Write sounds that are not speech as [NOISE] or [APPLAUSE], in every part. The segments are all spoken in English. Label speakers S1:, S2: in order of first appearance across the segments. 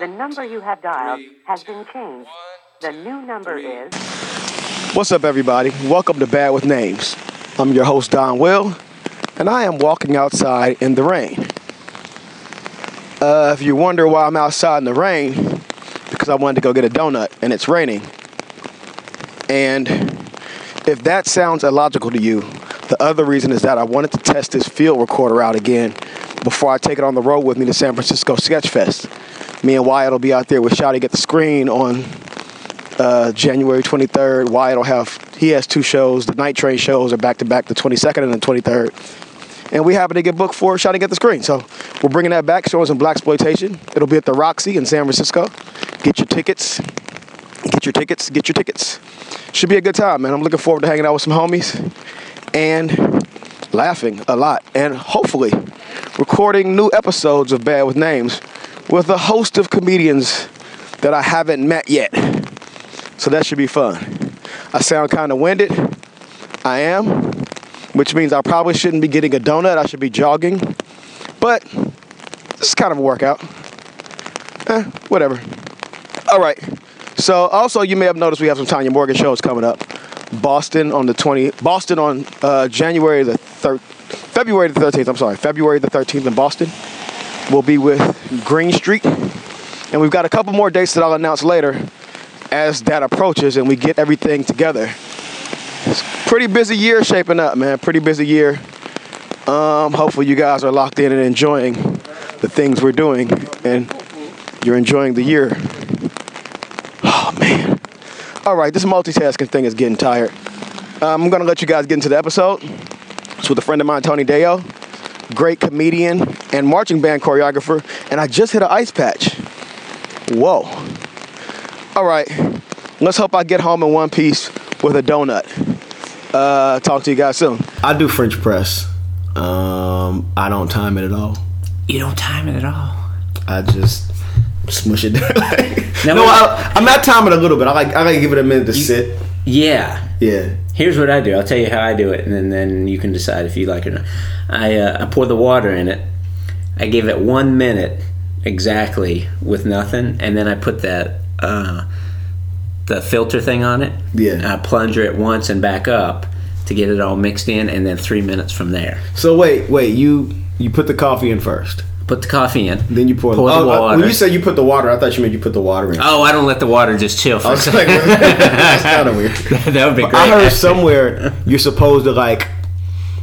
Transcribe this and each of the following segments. S1: The number you have dialed has been changed. The new number is.
S2: What's up, everybody? Welcome to Bad with Names. I'm your host, Don Will, and I am walking outside in the rain. Uh, if you wonder why I'm outside in the rain, because I wanted to go get a donut and it's raining. And if that sounds illogical to you, the other reason is that I wanted to test this field recorder out again before I take it on the road with me to San Francisco Sketch Fest. Me and Wyatt will be out there with Shotty at the Screen on uh, January 23rd. Wyatt will have, he has two shows. The Night Train shows are back to back, the 22nd and the 23rd. And we happen to get booked for Shotty at the Screen. So we're bringing that back, showing some Black Exploitation. It'll be at the Roxy in San Francisco. Get your tickets. Get your tickets. Get your tickets. Should be a good time, man. I'm looking forward to hanging out with some homies and laughing a lot. And hopefully, recording new episodes of Bad with Names with a host of comedians that I haven't met yet. So that should be fun. I sound kind of winded. I am, which means I probably shouldn't be getting a donut. I should be jogging. But this is kind of a workout. Eh, whatever. All right. So also, you may have noticed we have some Tanya Morgan shows coming up. Boston on the 20, Boston on uh, January the 3rd, February the 13th, I'm sorry, February the 13th in Boston. We'll be with Green Street. And we've got a couple more dates that I'll announce later as that approaches and we get everything together. It's a pretty busy year shaping up, man. Pretty busy year. Um, hopefully you guys are locked in and enjoying the things we're doing and you're enjoying the year. Oh man. All right, this multitasking thing is getting tired. Um, I'm gonna let you guys get into the episode. It's with a friend of mine, Tony Deo, great comedian and marching band choreographer, and I just hit an ice patch. Whoa. All right, let's hope I get home in one piece with a donut. Uh, talk to you guys soon. I do French press. Um, I don't time it at all.
S3: You don't time it at all.
S2: I just smush it. [LAUGHS] down.
S3: Now
S2: no,
S3: wait.
S2: I, I'm not timing a little bit. I like I like to give it a minute to sit.
S3: Yeah.
S2: Yeah.
S3: Here's what I do. I'll tell you how I do it, and then, then you can decide if you like it or not. I, uh, I pour the water in it. I give it one minute exactly with nothing, and then I put that uh, the filter thing on it.
S2: Yeah.
S3: And I plunger it once and back up to get it all mixed in, and then three minutes from there.
S2: So wait, wait. You you put the coffee in first,
S3: Put the coffee in.
S2: then you pour,
S3: the
S2: oh, I-
S3: water.
S2: When you said you put the water, [LAUGHS] I thought you meant you put the water in.
S3: oh, I don't let the water just chill for
S2: I
S3: a
S2: was
S3: second. [LAUGHS]
S2: like, [LAUGHS] that's kind of weird.
S3: that would be great.
S2: I heard [LAUGHS] somewhere you're supposed to like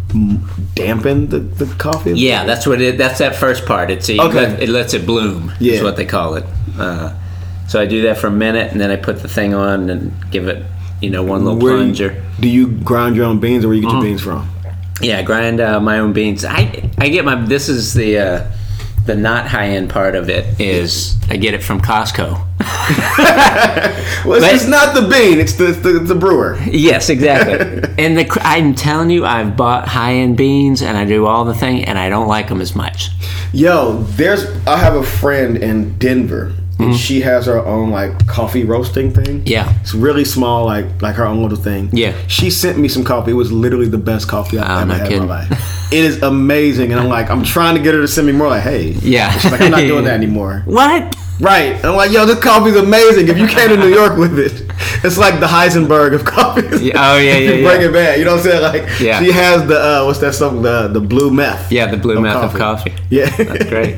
S2: m- dampen the, the coffee.
S3: Yeah, that's what it. That's that first part. It's it,
S2: Okay.
S3: let- it lets it bloom.
S2: Yeah.
S3: is what they call it. Uh, so I do that for a minute, and then I put the thing on and give it, you know, one little
S2: Where do you-
S3: plunger. Mm-hmm.
S2: Do you grind your own beans, or where you get your beans from?
S3: Yeah, grind uh, my own beans. I I get my. This is the uh, the not high end part of it is I get it from Costco. [LAUGHS]
S2: Well, it's,
S3: But-
S2: it's not the bean; it's the the, the brewer.
S3: Yes,
S2: [LAUGHS]
S3: exactly. and the cr- I'm telling you, I've bought high end beans, and I do all the thing, and I don't like them as much.
S2: Yo, there's I have a friend in Denver, and she has her own like coffee roasting thing.
S3: Mm-hmm. Yeah.
S2: it's really small, like like her own little thing.
S3: Yeah.
S2: she sent me some coffee. It was literally the best coffee I've
S3: Oh,
S2: ever
S3: no
S2: had in
S3: kidding.
S2: my life. It
S3: [LAUGHS]
S2: is amazing, and I'm like, I'm trying to get her to send me more. Like, hey,
S3: Yeah.
S2: She's like I'm not
S3: [LAUGHS]
S2: doing that anymore.
S3: What?
S2: Right. And I'm like, yo, this coffee's amazing. If you came to New York with it, it's like the Heisenberg of [LAUGHS] coffee.
S3: Yeah, oh, yeah,
S2: If you [LAUGHS]
S3: yeah,
S2: Bring
S3: yeah.
S2: it back. You know what I'm saying? Like,
S3: Yeah.
S2: she has the uh, what's that something? The the blue meth.
S3: Yeah, the blue mouth of coffee.
S2: Yeah,
S3: That's great.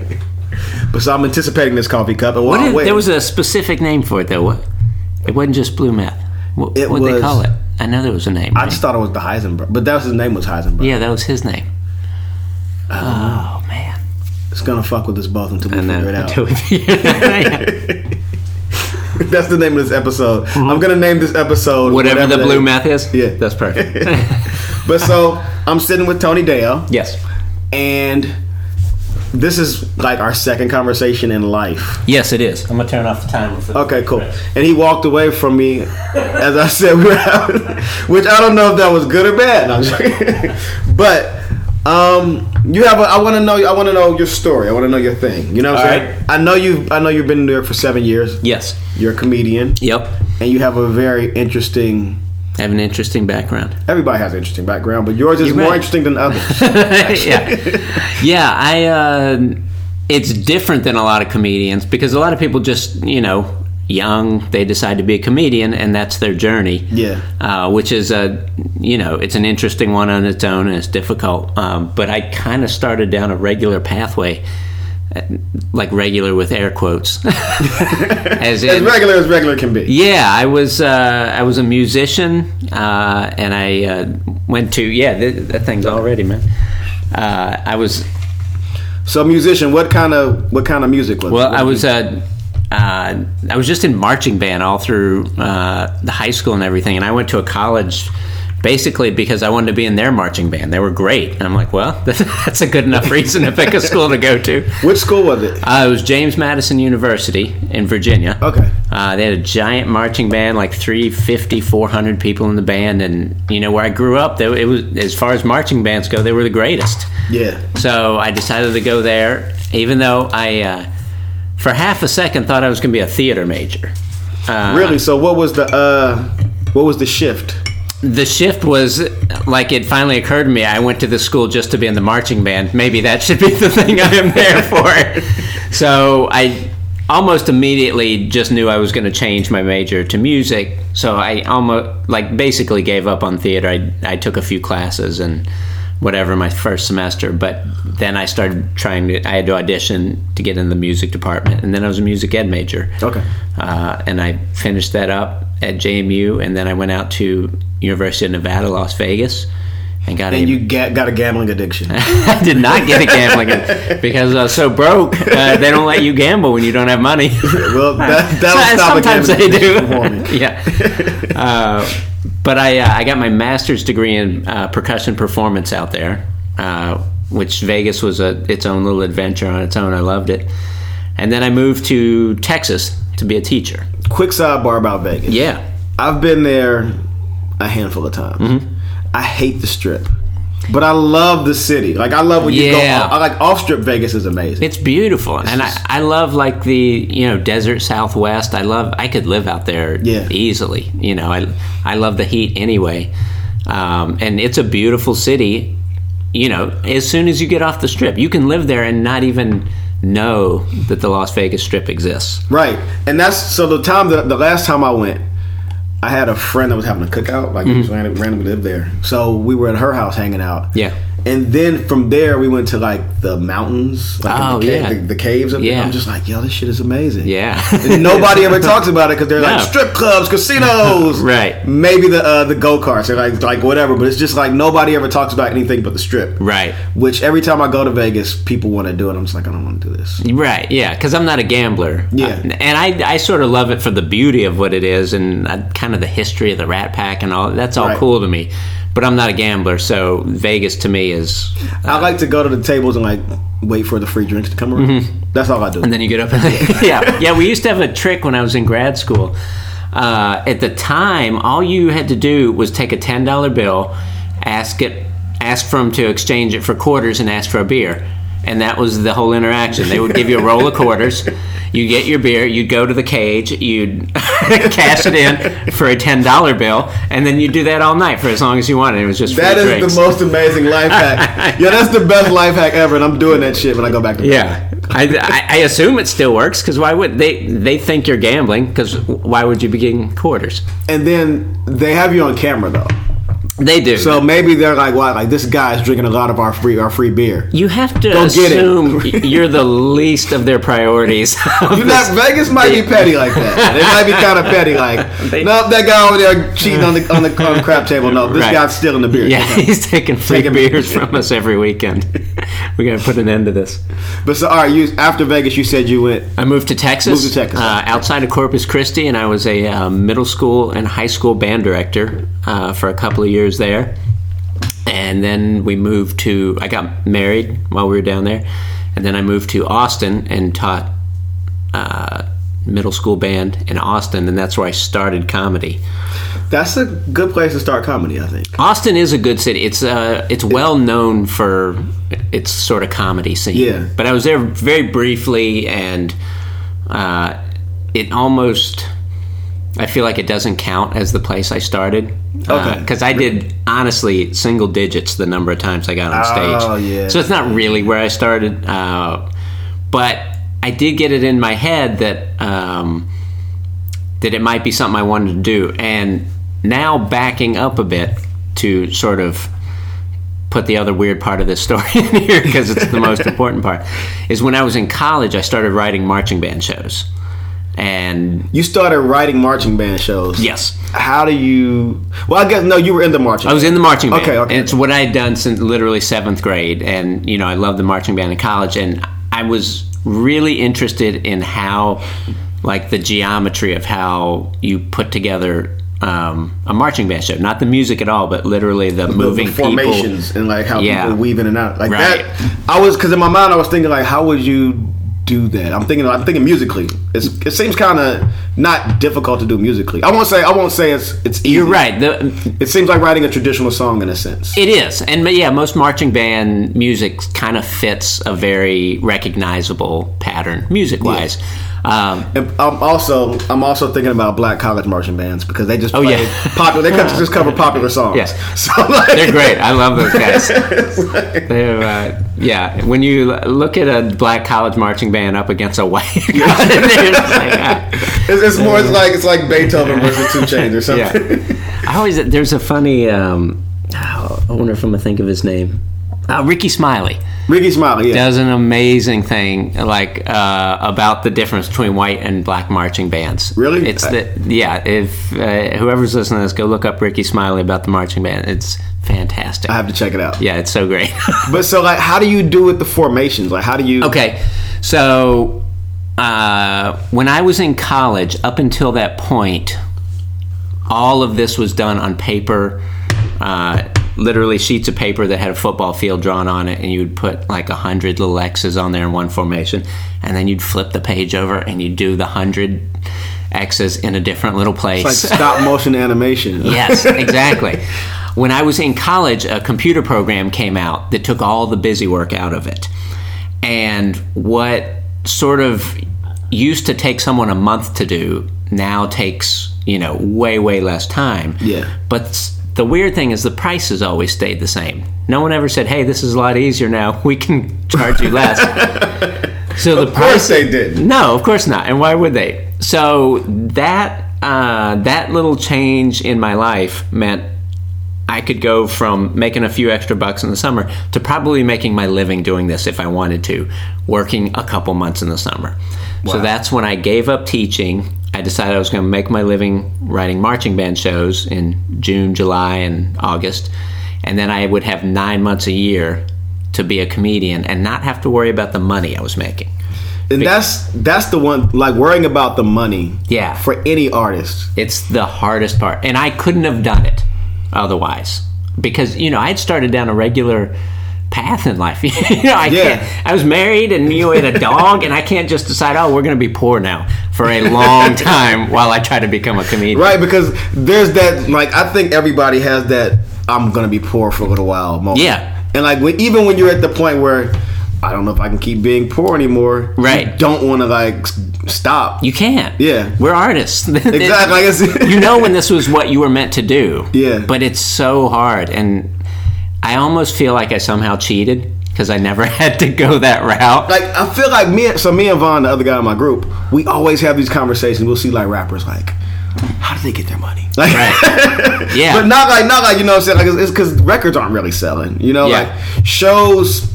S2: [LAUGHS] but so I'm anticipating this coffee cup. And while
S3: What
S2: I'm
S3: is,
S2: waiting,
S3: there was a specific name for it though. What? It wasn't just blue meth. What
S2: It
S3: would they
S2: was-
S3: call it? I know there was a name.
S2: I
S3: right?
S2: just thought it was the Heisenberg, but that was his name was Heisenberg.
S3: yeah, that was his name. Oh man,
S2: It's gonna fuck with us both until we
S3: I
S2: figure it
S3: know. [LAUGHS]
S2: out. [LAUGHS] uh,
S3: Whatever,
S2: That's the name of this episode. I'm gonna name this episode
S3: Mm-hmm. the
S2: that
S3: blue
S2: is.
S3: meth is.
S2: Yeah.
S3: that's
S2: [LAUGHS]
S3: perfect.
S2: But
S3: [LAUGHS]
S2: so I'm sitting with Tony Deo.
S3: yes,
S2: and this is like our second conversation in life.
S3: yes, it is. I'm gonna turn off the timer. For
S2: Okay, cool. And he walked away from me, as I said, [LAUGHS] we were having, which I don't know if that was good or bad. No, I'm just kidding. [LAUGHS] but um, you have. A, I want to know. I want to know your story. I want to know your thing. You know what I'm
S3: All
S2: saying? I know you. I know you've been in New York for seven years.
S3: Yes.
S2: You're a comedian,
S3: Yep.
S2: and you have a very interesting.
S3: I have an interesting background.
S2: Everybody has an interesting background, but yours is
S3: [LAUGHS] You're
S2: more
S3: right.
S2: interesting than others.
S3: yeah, yeah. I uh, it's different than a lot of comedians because a lot of people just you know young they decide to be a comedian and that's their journey
S4: Yeah.
S3: uh, which is a you know it's an interesting one on its own and it's difficult um, but i kind of started down a regular pathway uh, like regular with air quotes [LAUGHS]
S2: As
S3: as in
S2: regular as regular can be.
S3: yeah, I was uh, I was a musician, uh, and I uh, went to yeah th- that thing's already man. Uh, I was
S2: So, musician, what kind of what kind of music was?
S3: well,
S2: it?
S3: I was uh, uh, I was just in marching band all through uh, the high school and everything, and I went to a college basically because I wanted to be in their marching band. They were great, and I'm like, well, [LAUGHS] that's a good enough reason to pick a school to go to.
S2: Which school was it?
S3: Uh, it was James Madison University in Virginia.
S2: Okay.
S3: Uh, they had a giant marching band, like 350, 400 people in the band. And, you know, where I grew up, they, it was as far as marching bands go, they were the greatest.
S2: Yeah.
S3: So I decided to go there, even though I, uh, for half a second, thought I was going to be a theater major. Uh,
S2: Really? So, what was the uh, what was the shift?
S3: the shift was like it finally occurred to me i went to this school just to be in the marching band maybe that should be the [LAUGHS] thing i am there for so i almost immediately just knew i was going to change my major to music so i almost like basically gave up on theater i, I took a few classes and whatever my first semester but then i started trying to i had to audition to get in the music department and then i was a music ed major
S2: Okay.
S3: uh, and I finished that up at JMU, and then I went out to University of Nevada, Las Vegas, and got
S2: And
S3: a.
S2: you ga- got a gambling addiction.
S3: [LAUGHS] I did not get a gambling because I was so broke. Uh, they don't let you gamble when you don't have money.
S2: [LAUGHS] [LAUGHS] Well, that, that'll
S3: [LAUGHS] So-
S2: stop a
S3: sometimes
S2: gambling
S3: they
S2: addiction for me.
S3: do. [LAUGHS] yeah. Uh, but I, uh, I got my master's degree in uh, percussion performance out there, uh, which Vegas was a, its own little adventure on its own. I loved it. And then I moved to Texas to be a teacher.
S2: Quick sidebar about Vegas.
S3: Yeah.
S2: I've been there a handful of times. I hate the strip, but I love the city. Like I love when you
S3: Yeah.
S2: go. I like off strip Vegas is amazing.
S3: It's beautiful, and
S2: just-
S3: I, I love like the you know desert Southwest. I love I could live out there
S2: Yeah.
S3: easily. You know, I I love the heat anyway, um, and it's a beautiful city. You know, as soon as you get off the strip, you can live there and not even know that the Las Vegas Strip exists.
S2: Right, and that's so. The time that the last time I went, I had a friend that was having a cookout. Like
S3: Mm-hmm.
S2: he just randomly, randomly lived there, so we were at her house hanging out.
S3: Yeah.
S2: and then from there we went to like the mountains, like
S3: Oh,
S2: the,
S3: yeah.
S2: the, the caves. Up there.
S3: Yeah.
S2: I'm just like, yo, this shit is amazing.
S3: Yeah,
S2: And [LAUGHS] nobody ever talks about it because they're
S3: No.
S2: like strip clubs, casinos,
S3: [LAUGHS] Right.
S2: Maybe the uh, the go karts, or like like whatever. But it's just like nobody ever talks about anything but the strip,
S3: Right.
S2: Which every time I go to Vegas, people want to do it. I'm just like, I don't want to do this.
S3: Right, yeah, because I'm not a gambler.
S2: Yeah.
S3: Uh, and I, I sort of love it for the beauty of what it is and uh, kind of the history of the Rat Pack and all. That's all
S2: Right.
S3: cool to me. But I'm not a gambler, so Vegas to me is.
S2: I like to go to the tables and like wait for the free drinks to come around. That's all I do.
S3: Mm-hmm. And then you get up and. [LAUGHS] yeah, yeah, we used to have a trick when I was in grad school. Uh, at the time, all you had to do was take a $10 bill, ask it, ask for 'em to exchange it for quarters, and ask for a beer. And that was the whole interaction. They would give you a roll of quarters. You get your beer. You'd go to the cage. You'd [LAUGHS] cash it in for a ten dollar bill, and then you'd do that all night for as long as you wanted. It was just free
S2: that is
S3: drinks.
S2: the most amazing life
S3: [LAUGHS]
S2: hack. yeah, that's the best life hack ever, and I'm doing that shit when I go back to
S3: Yeah, I, I, I assume it still works because why would they? They think you're gambling because why would you be getting quarters?
S2: And then they have you on camera though.
S3: They do.
S2: So maybe they're like, "Wow, like this guy's drinking a lot of our free our free beer."
S3: you have to
S2: Go get it. [LAUGHS]
S3: assume you're the least of their priorities.
S2: You're not, Vegas might be petty like
S3: [LAUGHS]
S2: that. They might be kind of petty like,
S3: They-
S2: "No, that guy over there cheating on the on the on the crap table. No, this
S3: Right.
S2: guy's stealing the beer."
S3: [LAUGHS] yeah, he's taking free
S2: Taking- [LAUGHS]
S3: beers from us every weekend. [LAUGHS] We gotta put an end to this.
S2: But so, all right, you after Vegas, you said you went.
S3: I moved to Texas,
S2: Moved to Texas.
S3: Uh, outside of Corpus Christi, and I was a uh, middle school and high school band director uh, for a couple of years there. And then we moved to, I got married while we were down there. And then I moved to Austin and taught uh, middle school band in Austin, and that's where I started comedy.
S2: That's a good place to start comedy, I think.
S3: Austin is a good city. It's uh, it's well known for its sort of comedy scene.
S2: Yeah.
S3: But I was there very briefly, and uh, it almost I feel like it doesn't count as the place I started.
S2: Okay.
S3: Because I did honestly single digits the number of times I got on stage.
S2: Oh, yeah.
S3: So it's not really where I started. Uh, But I did get it in my head that um, that it might be something I wanted to do, and now backing up a bit to sort of put the other weird part of this story [LAUGHS] in here because it's the most important part is when I was in college, I started writing marching band shows, and
S2: You started writing marching band shows.
S3: Yes.
S2: How do you? Well, I guess no, you were in the marching.
S3: I was in the marching band.
S2: Okay, okay.
S3: And it's what I had done since literally seventh grade, and you know I loved the marching band in college, and I was really interested in how, like the geometry of how you put together um, a marching band show. Not the music at all, but literally the,
S2: The- the
S3: moving
S2: formations
S3: people.
S2: and like how
S3: Yeah.
S2: people weave in and out. Like
S3: Right.
S2: that. I was because in my mind I was thinking like, how would you do that? I'm thinking I'm thinking musically. It's, it seems kind of not difficult to do musically. I won't say I won't say it's it's easy.
S3: You're right. The,
S2: It seems like writing a traditional song in a sense.
S3: It is, and but yeah, most marching band music kind of fits a very recognizable pattern music-wise. Um,
S2: And I'm also I'm also thinking about black college marching bands because they just
S3: Oh,
S2: play
S3: yeah.
S2: popular. They could just cover
S3: [LAUGHS]
S2: popular songs.
S3: Yes.
S2: [LAUGHS] so like,
S3: they're great. I love those
S2: [LAUGHS]
S3: guys. They're, uh, yeah, when you l- look at a black college marching band up against a white, [LAUGHS] they're just like,
S2: [LAUGHS]
S3: ah.
S2: It's, it's more it's like it's like Beethoven versus Two Chains or something. [LAUGHS]
S3: yeah. I always there's a funny. Um, oh, I wonder if I'm gonna think of his name. Uh, Ricky Smiley.
S2: Ricky Smiley, yeah.
S3: does an amazing thing like uh, about the difference between white and black marching bands.
S2: Really?
S3: It's the yeah. If uh, whoever's listening to this, go look up Ricky Smiley about the marching band. It's fantastic.
S2: I have to check it out.
S3: yeah, it's so great. [LAUGHS]
S2: But so like, how do you do with the formations? Like, how do you?
S3: okay, so uh, when I was in college, up until that point, all of this was done on paper. Uh, literally sheets of paper that had a football field drawn on it and you would put like a hundred little x's on there in one formation and then you'd flip the page over and you'd do the hundred x's in a different little place
S2: Like
S3: [LAUGHS]
S2: stop motion animation. [LAUGHS]
S3: Yes, exactly. when I was in college, a computer program came out that took all the busy work out of it. And what sort of used to take someone a month to do now takes, you know, way, way less time.
S2: Yeah.
S3: But s- the weird thing is the prices always stayed the same. No one ever said, hey, this is a lot easier now. [LAUGHS] We can charge you
S2: [LAUGHS]
S3: less. so the
S2: Of course
S3: price
S2: they didn't.
S3: no, of course not. And why would they? So that uh, that little change in my life meant I could go from making a few extra bucks in the summer to probably making my living doing this if I wanted to, working a couple months in the summer. So that's when I gave up teaching. I decided I was going to make my living writing marching band shows in June, July, and August. And then I would have nine months a year to be a comedian and not have to worry about the money I was making.
S2: And that's that's the one like worrying about the money.
S3: Yeah.
S2: For any artist,
S3: It's the hardest part. And I couldn't have done it otherwise. Because, you know, I had started down a regular path in life. [LAUGHS] you know, I
S2: Yeah.
S3: can't I was married and you had a dog and I can't just decide, oh, we're gonna be poor now for a
S2: [LAUGHS]
S3: long time while I try to become a comedian.
S2: right? Because there's that like I think everybody has that I'm gonna be poor for a little while moment.
S3: Yeah.
S2: And like when, even when you're at the point where I don't know if I can keep being poor anymore.
S3: Right.
S2: You don't want to like s- stop.
S3: You can't.
S2: Yeah.
S3: We're artists. [LAUGHS]
S2: exactly. Like it's,
S3: you know when this was what you were meant to do.
S2: Yeah.
S3: But it's so hard, and I almost feel like I somehow cheated because I never [LAUGHS] had to go that route.
S2: like I feel like me. and- So me and Von, the other guy in my group, we always have these conversations. We'll see like rappers like, how do they get their money? [LAUGHS] Like,
S3: Right. Yeah.
S2: But not like not like you know what I'm saying. Like it's- it's because records aren't really selling. You know,
S3: Yeah.
S2: like shows.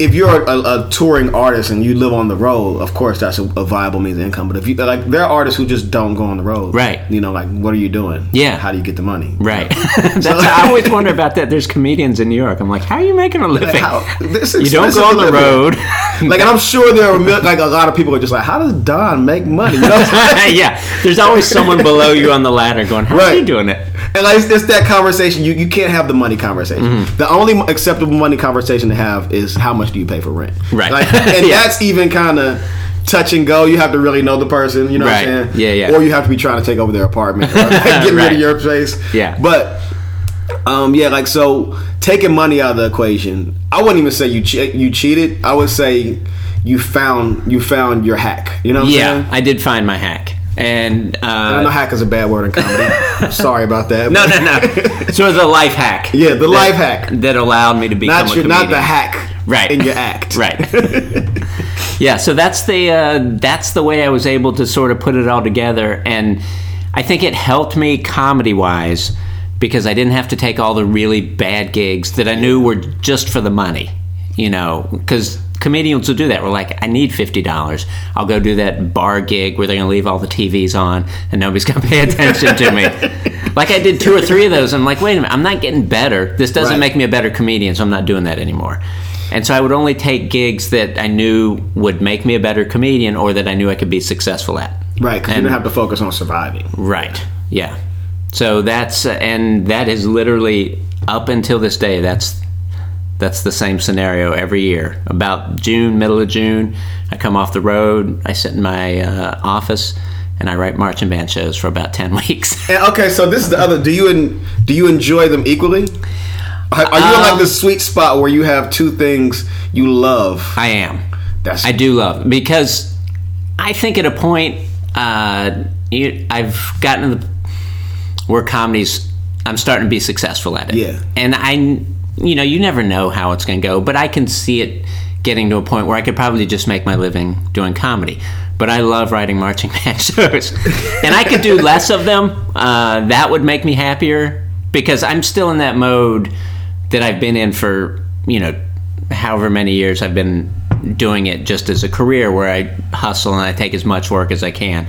S2: If you're a, a, a touring artist and you live on the road, of course that's a, a viable means of income. But if you like, there are artists who just don't go on the road.
S3: Right.
S2: You know, like what are you doing?
S3: Yeah.
S2: How do you get the money?
S3: Right. [LAUGHS] That's I always wonder about that. There's comedians in New York. I'm like, how are you making a living? [LAUGHS]
S2: How- this
S3: you don't
S2: expensive
S3: go on the
S2: living.
S3: road. [LAUGHS]
S2: Like, and I'm sure there are mil- like a lot of people are just like, how does Don make money? You know what I'm
S3: [LAUGHS]
S2: saying?
S3: yeah. There's always someone below you on the ladder going, how are
S2: Right.
S3: you doing it?
S2: And like it's, it's that conversation you, you can't have the money conversation.
S3: Mm-hmm.
S2: The only mo- acceptable money conversation to have is how much do you pay for rent,
S3: Right. [LAUGHS]
S2: Like, and
S3: Yeah.
S2: that's even kind of touch and go. You have to really know the person, you know what
S3: Right.
S2: I'm saying?
S3: Yeah, yeah.
S2: Or you have to be trying to take over their apartment, or
S3: [LAUGHS]
S2: like, get rid
S3: Right.
S2: of your place.
S3: Yeah.
S2: but um, yeah, like so taking money out of the equation. I wouldn't even say you che- you cheated. I would say you found you found your hack. You know? What I'm
S3: Yeah,
S2: saying?
S3: I did find my hack. And, uh,
S2: I know hack is a bad word in comedy. I'm Sorry about that.
S3: [LAUGHS] no, no,
S2: [LAUGHS]
S3: no. sort of the life hack.
S2: Yeah, the
S3: that-
S2: life hack.
S3: That allowed me to become
S2: not
S3: a
S2: your,
S3: comedian.
S2: not the hack [LAUGHS]
S3: Right.
S2: in your act
S3: Right. yeah so that's the uh, that's the way i was able to sort of put it all together and i think it helped me comedy wise because i didn't have to take all the really bad gigs that i knew were just for the money you know because comedians will do that we're like i need $50 i'll go do that bar gig where they're going to leave all the tvs on and nobody's going to pay attention to me like i did two or three of those i'm like wait a minute i'm not getting better this doesn't
S2: Right.
S3: make me a better comedian so i'm not doing that anymore and so I would only take gigs that I knew would make me a better comedian or that I knew I could be successful at.
S2: Right, because you
S3: And-
S2: don't have to focus on surviving.
S3: Right. Yeah. So that's and that is literally up until this day. That's that's the same scenario every year. About June, middle of June, I come off the road. I sit in my uh, office and I write marching band shows for about ten [LAUGHS] weeks.
S2: And, okay, so this is the other. Do you en- do you enjoy them equally? Are, are you in like the
S3: Um,
S2: sweet spot where you have two things you love?
S3: I am.
S2: That's
S3: I do love because I think at a point uh, you, I've gotten to the where comedy's I'm starting to be successful at it.
S2: Yeah.
S3: and I, you know, you never know how it's going to go, but I can see it getting to a point where I could probably just make my living doing comedy. But I love writing marching [LAUGHS] band shows, and I could do less of them. Uh, that would make me happier because I'm still in that mode that I've been in for you know however many years I've been doing it just as a career where I hustle and I take as much work as I can.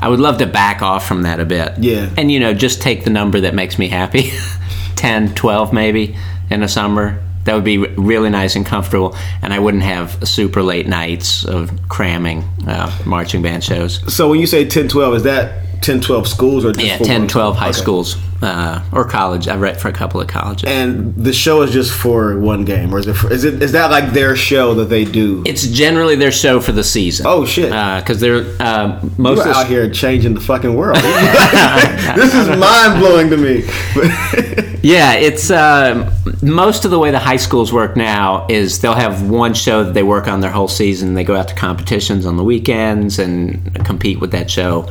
S3: I would love to back off from that a bit.
S2: Yeah.
S3: And you know, just take the number that makes me happy. [LAUGHS] 10, 12 maybe in the summer. That would be really nice and comfortable and I wouldn't have super late nights of cramming uh, marching band shows.
S2: So when you say 10, 12, is that 10, 12 schools or just
S3: Yeah,
S2: full
S3: 10,
S2: ones?
S3: 12 high
S2: Okay.
S3: schools uh, or college. I write for a couple of colleges.
S2: And the show is just for one game, or is it? For, is it? Is that like their show that they do?
S3: it's generally their show for the season.
S2: Oh, shit.
S3: Because they're uh, most
S2: We're
S3: of the-
S2: out here changing the fucking
S3: [LAUGHS]
S2: world. [LAUGHS] this is mind blowing to me.
S3: [LAUGHS] Yeah, it's uh, most of the way the high schools work now is they'll have one show that they work on their whole season. They go out to competitions on the weekends and compete with that show,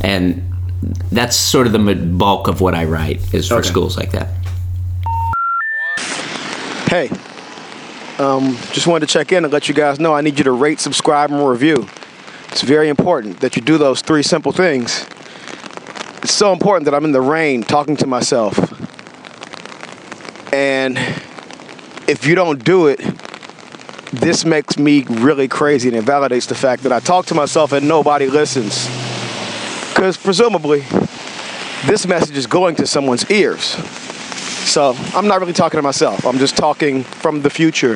S3: and that's sort of the mid- bulk of what I write is for
S2: Okay.
S3: schools like that.
S5: Hey, um, just wanted to check in and let you guys know I need you to rate, subscribe, and review. It's very important that you do those three simple things. It's so important that I'm in the rain talking to myself. And if you don't do it, this makes me really crazy and it validates the fact that I talk to myself and nobody listens. Because presumably, this message is going to someone's ears. So I'm not really talking to myself. I'm just talking from the future,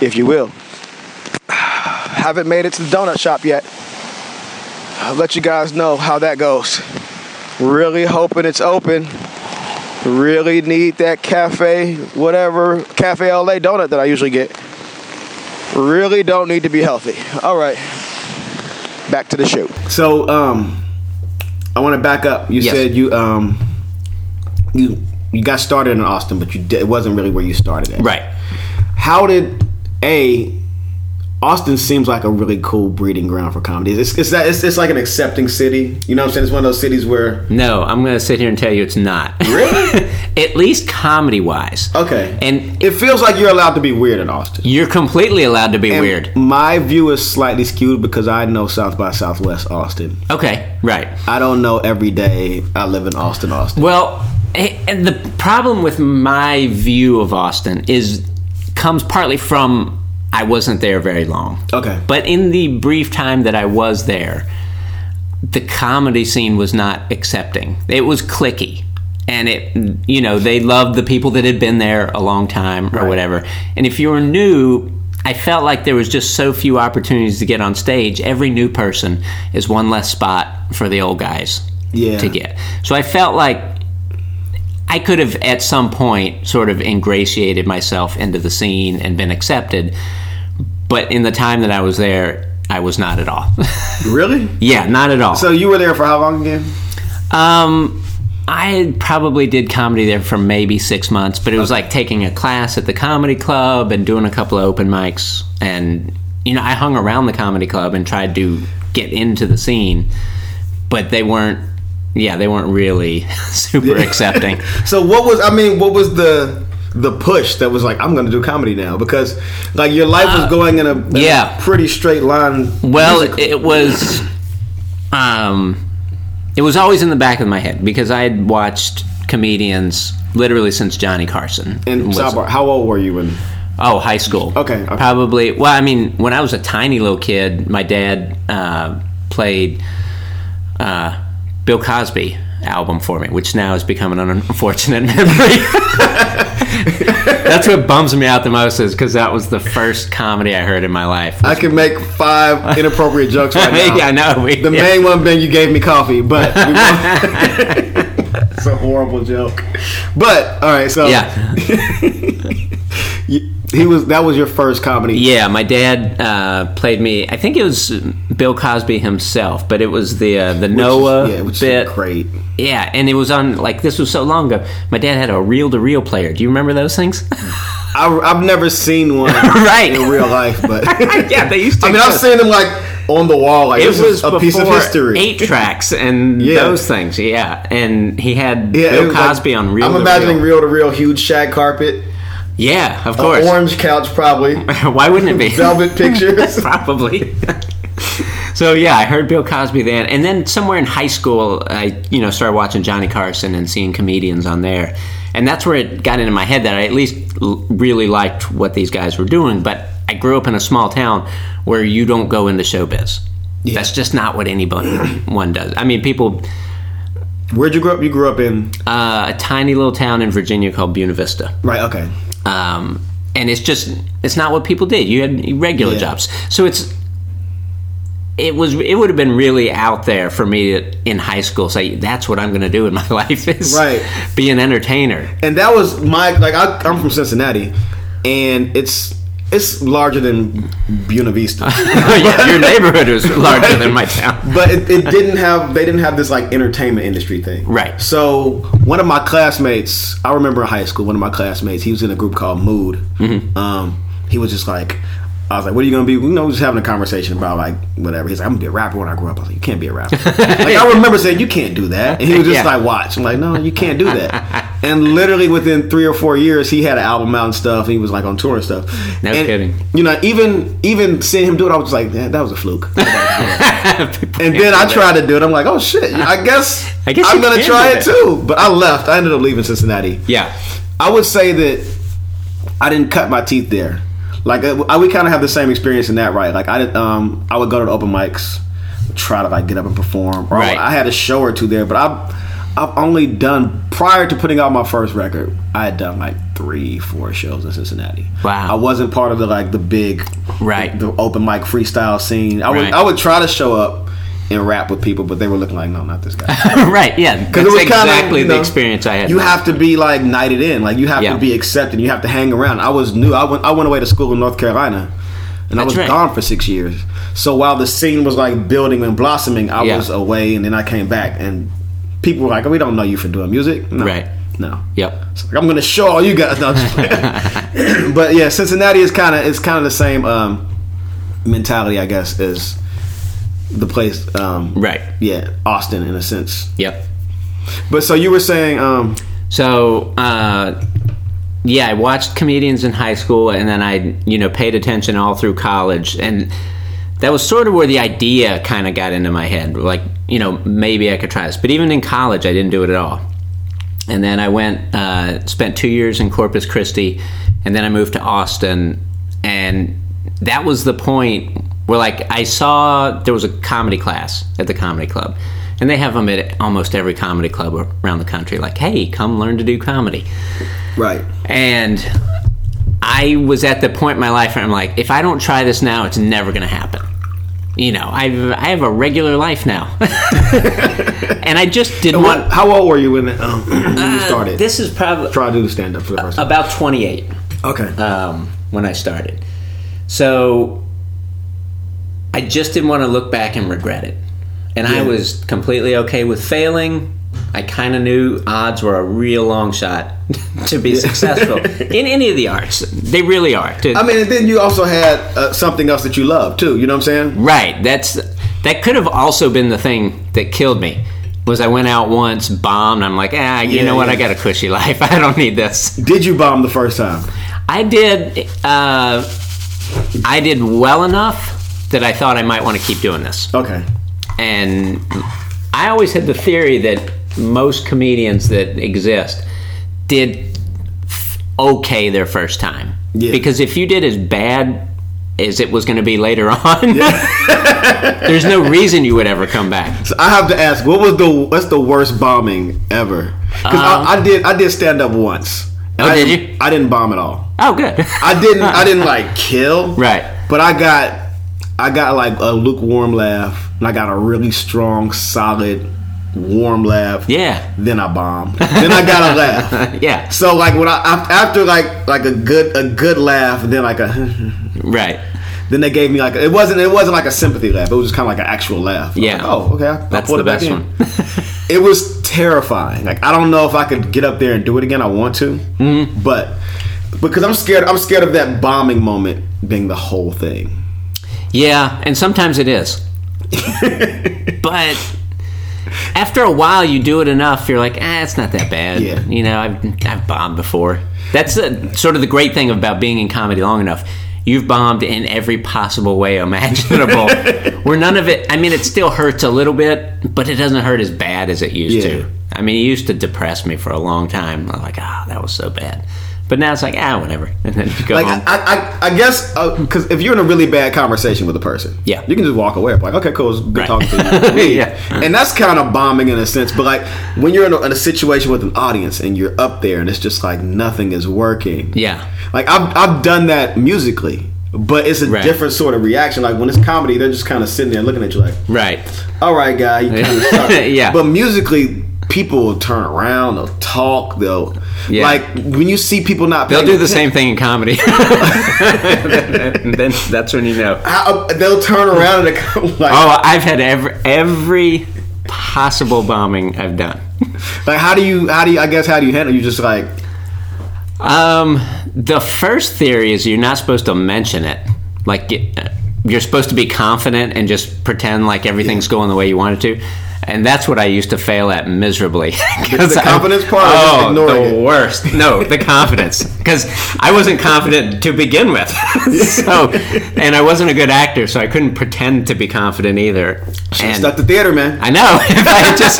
S5: if you will. [SIGHS] Haven't made it to the donut shop yet. I'll let you guys know how that goes. Really hoping it's open. Really need that cafe, whatever, Cafe LA donut that I usually get. Really don't need to be healthy. All right, back to the show.
S2: So, um, I want to back up. You
S3: Yes.
S2: said you um, you you got started in Austin, but you did, it wasn't really where you started at.
S3: Right.
S2: How did a Austin seems like a really cool breeding ground for comedy. It's, it's that it's, it's like an accepting city. You know what I'm saying? It's one of those cities where
S3: No, I'm going to sit here and tell you it's not. Really? [LAUGHS] At least comedy wise.
S2: okay,
S3: And
S2: it feels like you're allowed to be weird in Austin.
S3: you're completely allowed to be
S2: And
S3: weird.
S2: My view is slightly skewed because I know South by Southwest Austin.
S3: Okay, right.
S2: I don't know every day I live in Austin, Austin.
S3: Well, a- and the problem with my view of Austin is comes partly from I wasn't there very long.
S2: Okay.
S3: But in the brief time that I was there, the comedy scene was not accepting. It was clicky. And it, you know, they loved the people that had been there a long time or whatever. And if you were new, I felt like there was just so few opportunities to get on stage. Every new person is one less spot for the old guys
S2: Yeah.
S3: to get. So I felt like I could have at some point sort of ingratiated myself into the scene and been accepted. But in the time that I was there, I was not at all. [LAUGHS]
S2: Really?
S3: yeah, not at all.
S2: So you were there for how long again?
S3: Um, I probably did comedy there for maybe six months, but it was like taking a class at the comedy club and doing a couple of open mics. And, you know, I hung around the comedy club and tried to get into the scene, but they weren't, yeah, they weren't really [LAUGHS] super accepting.
S2: So what was I mean? What was the the push that was like I'm going to do comedy now because like your life was going in a, in a
S3: Uh, yeah.
S2: pretty straight line.
S3: Well, it, it was, um, it was always in the back of my head because I had watched comedians literally since Johnny Carson.
S2: And
S3: was-
S2: sidebar, how old were you when?
S3: Oh, high school.
S2: Okay, okay.
S3: Probably. Well, I mean, when I was a tiny little kid, my dad uh, played uh, Bill Cosby album for me, which now has become an unfortunate [LAUGHS] memory. That's what bums me out the most is because that was the first comedy I heard in my life.
S2: I can make
S3: [LAUGHS]
S2: five inappropriate jokes right now.
S3: yeah, I know. We-
S2: The main one being you gave me coffee, but we
S3: [LAUGHS]
S2: won't- [LAUGHS] it's a horrible joke. But all right, so
S3: Yeah.
S2: you- he was that was your first comedy.
S3: Yeah, my dad uh, played me. I think it was Bill Cosby himself, but it was the uh, the
S2: which is-
S3: Noah
S2: yeah, which is
S3: bit.
S2: great.
S3: Yeah, and it was on like this was so long ago. My dad had a reel to reel player. Do you remember those things? [LAUGHS]
S2: [LAUGHS] I, I've never seen one
S3: Right.
S2: in real life, but [LAUGHS]
S3: yeah, they used to.
S2: I mean I've
S3: exist.
S2: seen them like on the wall. Like
S3: it
S2: this
S3: was
S2: is a piece of
S3: before
S2: history.
S3: Eight tracks and
S2: [LAUGHS] Yeah.
S3: those things. Yeah, and he had
S2: Yeah, it
S3: Bill
S2: was like-
S3: Cosby on reel.
S2: I'm
S3: to
S2: imagining
S3: Reel.
S2: reel to reel, huge shag carpet,
S3: Yeah, of
S2: a
S3: course.
S2: orange couch, probably [LAUGHS]
S3: [LAUGHS] Why wouldn't it be?
S2: velvet pictures.
S3: [LAUGHS] probably. so yeah, I heard Bill Cosby then, and then somewhere in high school, I you know started watching Johnny Carson and seeing comedians on there, and that's where it got into my head that I at least l- really liked what these guys were doing. But I grew up in a small town where you don't go into showbiz. That's just not what anybody one does. I mean, people
S2: [LAUGHS] Where'd you grow up? You grew up in
S3: uh, a tiny little town in Virginia called Buena Vista.
S2: right? Okay,
S3: um, and it's just it's not what people did. You had regular
S2: Yeah.
S3: jobs, so it's it was it would have been really out there for me to, in high school say that's what I'm going to do in [LAUGHS] my life is
S2: Right.
S3: be
S2: [LAUGHS]
S3: an entertainer. [LAUGHS]
S2: and that was my like I, I'm from Cincinnati, and it's it's larger than Buena [LAUGHS] Vista,
S3: Yeah, your neighborhood is larger than my town.
S2: but it, it didn't have they didn't have this like entertainment industry thing,
S3: Right.
S2: So one of my classmates, I remember in high school, one of my classmates, he was in a group called Mood.
S3: Mm-hmm.
S2: Um, he was just like. I was like, "What are you gonna be?" You know, just having a conversation about like whatever. He's like, "I'm gonna be a rapper when I grow up." I was like, "You can't be a
S3: [LAUGHS]
S2: rapper." like I remember saying, "You can't do that," and he was just
S3: Yeah.
S2: like, watch. I'm like, no, you can't do
S3: [LAUGHS]
S2: that. and literally within three or four years, he had an album out and stuff. And he was like on tour and stuff.
S3: No
S2: And,
S3: kidding.
S2: You know, even even seeing him do it, I was just like, "Yeah, that was a fluke. [LAUGHS] and then I tried to do it. I'm like, oh
S3: [LAUGHS]
S2: shit, I guess, I
S3: I guess
S2: am
S3: you
S2: gonna
S3: can
S2: try
S3: do
S2: it
S3: that.
S2: too. But I left. I ended up leaving Cincinnati. [LAUGHS]
S3: Yeah.
S2: I would say that I didn't cut my teeth there. Like I, I- we kind of have the same experience in that, right? Like I did, um, I would go to the open mics, try to like get up and perform. Or
S3: Right.
S2: I had a show or two there, but I've I've only done prior to putting out my first record. I had done like three, four shows in Cincinnati.
S3: Wow.
S2: I wasn't part of the like the big
S3: Right.
S2: the, open mic freestyle scene. I would
S3: Right.
S2: I would try to show up and rap with people, but they were looking like, no, not this
S3: [LAUGHS]
S2: guy.
S3: right? Yeah, that's
S2: Because it was
S3: exactly
S2: kinda, you
S3: the
S2: know,
S3: experience I had.
S2: You have to be like knighted in, like you have
S3: Yeah.
S2: to be accepted. You have to hang around. I was new. I went. I went away to school in North Carolina, and I
S3: That's
S2: was
S3: right.
S2: gone for six years. So while the scene was like building and blossoming, I
S3: Yeah.
S2: was away, and then I came back, and people were like, "We don't know you for doing music." No.
S3: Right.
S2: No.
S3: Yep.
S2: It's like, I'm gonna show all you guys. No, I'm just
S3: [LAUGHS]
S2: playing. [LAUGHS] but yeah, Cincinnati is kind of it's kind of the same um, mentality, I guess, as the place. Um,
S3: Right.
S2: Yeah, Austin in a sense.
S3: Yep.
S2: But so you were saying, um,
S3: So, uh, yeah, I watched comedians in high school, and then I, you know, paid attention all through college, and that was sort of where the idea kind of got into my head, like, you know, maybe I could try this. But even in college, I didn't do it at all. And then I went, uh, spent two years in Corpus Christi, and then I moved to Austin, and that was the point where, like, I saw there was a comedy class at the comedy club, and they have them at almost every comedy club around the country. Like, hey, come learn to do comedy.
S2: right?
S3: And I was at the point in my life where I'm like, if I don't try this now, it's never going to happen. You know, I've, I have a regular life now. [LAUGHS] and I just didn't
S2: [LAUGHS] What?
S3: want.
S2: How old were you when, um, [CLEARS THROAT] when you started?
S3: This is probably
S2: try to do stand up for the first time.
S3: about 28
S2: Okay.
S3: um, when I started. So I just didn't want to look back and regret it. And I
S2: Yeah.
S3: was completely okay with failing. I kind of knew odds were a real long shot [LAUGHS] to be
S2: [LAUGHS]
S3: successful in any of the arts. They really are. To-
S2: I mean, and then you also had uh, something else that you love too. You know what I'm saying?
S3: Right. That's that could have also been the thing that killed me. was I went out once, bombed. I'm like, ah, you
S2: Yeah,
S3: know what?
S2: yeah.
S3: I got a cushy life. [LAUGHS] I don't need this.
S2: Did you bomb the first time?
S3: I did. Uh, I did well enough that I thought I might want to keep doing this.
S2: Okay.
S3: and I always had the theory that most comedians that exist did f- okay their first time.
S2: Yeah.
S3: Because if you did as bad as it was going to be later [LAUGHS] on, there's no reason you would ever come
S2: [LAUGHS]
S3: back.
S2: So I have to ask, what was the what's the worst bombing ever? Because I, I did I did stand up once.
S3: Um, Oh,
S2: I
S3: did
S2: didn't-
S3: you?
S2: I didn't bomb at all.
S3: Oh, good. [LAUGHS]
S2: I didn't I didn't like kill.
S3: Right.
S2: But I got I got like a lukewarm laugh and I got a really strong, solid, warm laugh.
S3: Yeah.
S2: Then I bombed. then I got a laugh.
S3: [LAUGHS] Yeah.
S2: So like when I af- after like like a good a good laugh, then like a [LAUGHS]
S3: Right.
S2: then they gave me like it wasn't it wasn't like a sympathy laugh. It was just kind of like an actual laugh. I was
S3: Yeah.
S2: like, oh, okay. I'll
S3: That's
S2: pull
S3: the
S2: it back
S3: best
S2: in.
S3: one. [LAUGHS]
S2: it was terrifying. Like I don't know if I could get up there and do it again. I want to,
S3: Mm-hmm.
S2: but because I'm scared, I'm scared of that bombing moment being the whole thing.
S3: Yeah, and sometimes it
S2: [LAUGHS]
S3: is. but after a while, you do it enough, you're like, ah, it's not that bad.
S2: Yeah.
S3: You know, I've, I've bombed before. That's the sort of the great thing about being in comedy long enough. You've bombed in every possible
S2: [LAUGHS]
S3: way imaginable. where none of it, I mean, it still hurts a little bit, but it doesn't hurt as bad as it used
S2: Yeah.
S3: to. I mean, it used to depress me for a long time. I'm like, ah, that was so bad. But now it's like, ah, whatever. [LAUGHS] And then you go
S2: Like
S3: home.
S2: I, I, I guess because if you're in a really bad conversation with a person,
S3: Yeah.
S2: you can just walk away. Like okay, cool, it's good
S3: Right.
S2: talking
S3: [LAUGHS]
S2: to you.
S3: Yeah.
S2: and that's kind of bombing in a sense. But like when you're in a, in a situation with an audience and you're up there and it's just like nothing is working.
S3: yeah.
S2: Like I've I've done that musically, but it's a
S3: Right.
S2: different sort of reaction. Like when it's comedy, they're just kind of sitting there looking at you like,
S3: Right.
S2: "All right, guy, you kind of suck."
S3: [LAUGHS]
S2: [LAUGHS]
S3: Yeah.
S2: But musically, people will turn around, they'll talk, they'll
S3: Yeah.
S2: like when you see people not.
S3: They'll
S2: paying
S3: do the same thing in comedy. [LAUGHS] then that's when you know.
S2: I- I- uh, they'll turn around and [LAUGHS] they like,
S3: Oh, I've had every every possible bombing I've done.
S2: like how do you how do you I guess how do you handle? You just like
S3: Um, the first theory is you're not supposed to mention it. Like get- you're supposed to be confident and just pretend like everything's going the way you want it to. And that's what I used to fail at miserably. [LAUGHS] 'Cause
S2: The
S3: I-
S2: confidence part or just
S3: oh,
S2: ignoring
S3: the
S2: it?
S3: worst. No,
S2: [LAUGHS]
S3: the confidence because I wasn't confident to begin with. [LAUGHS] so, and I wasn't a good actor, so I couldn't pretend to be confident either. And-
S2: stuck the theater, man.
S3: I know. [LAUGHS] If I had just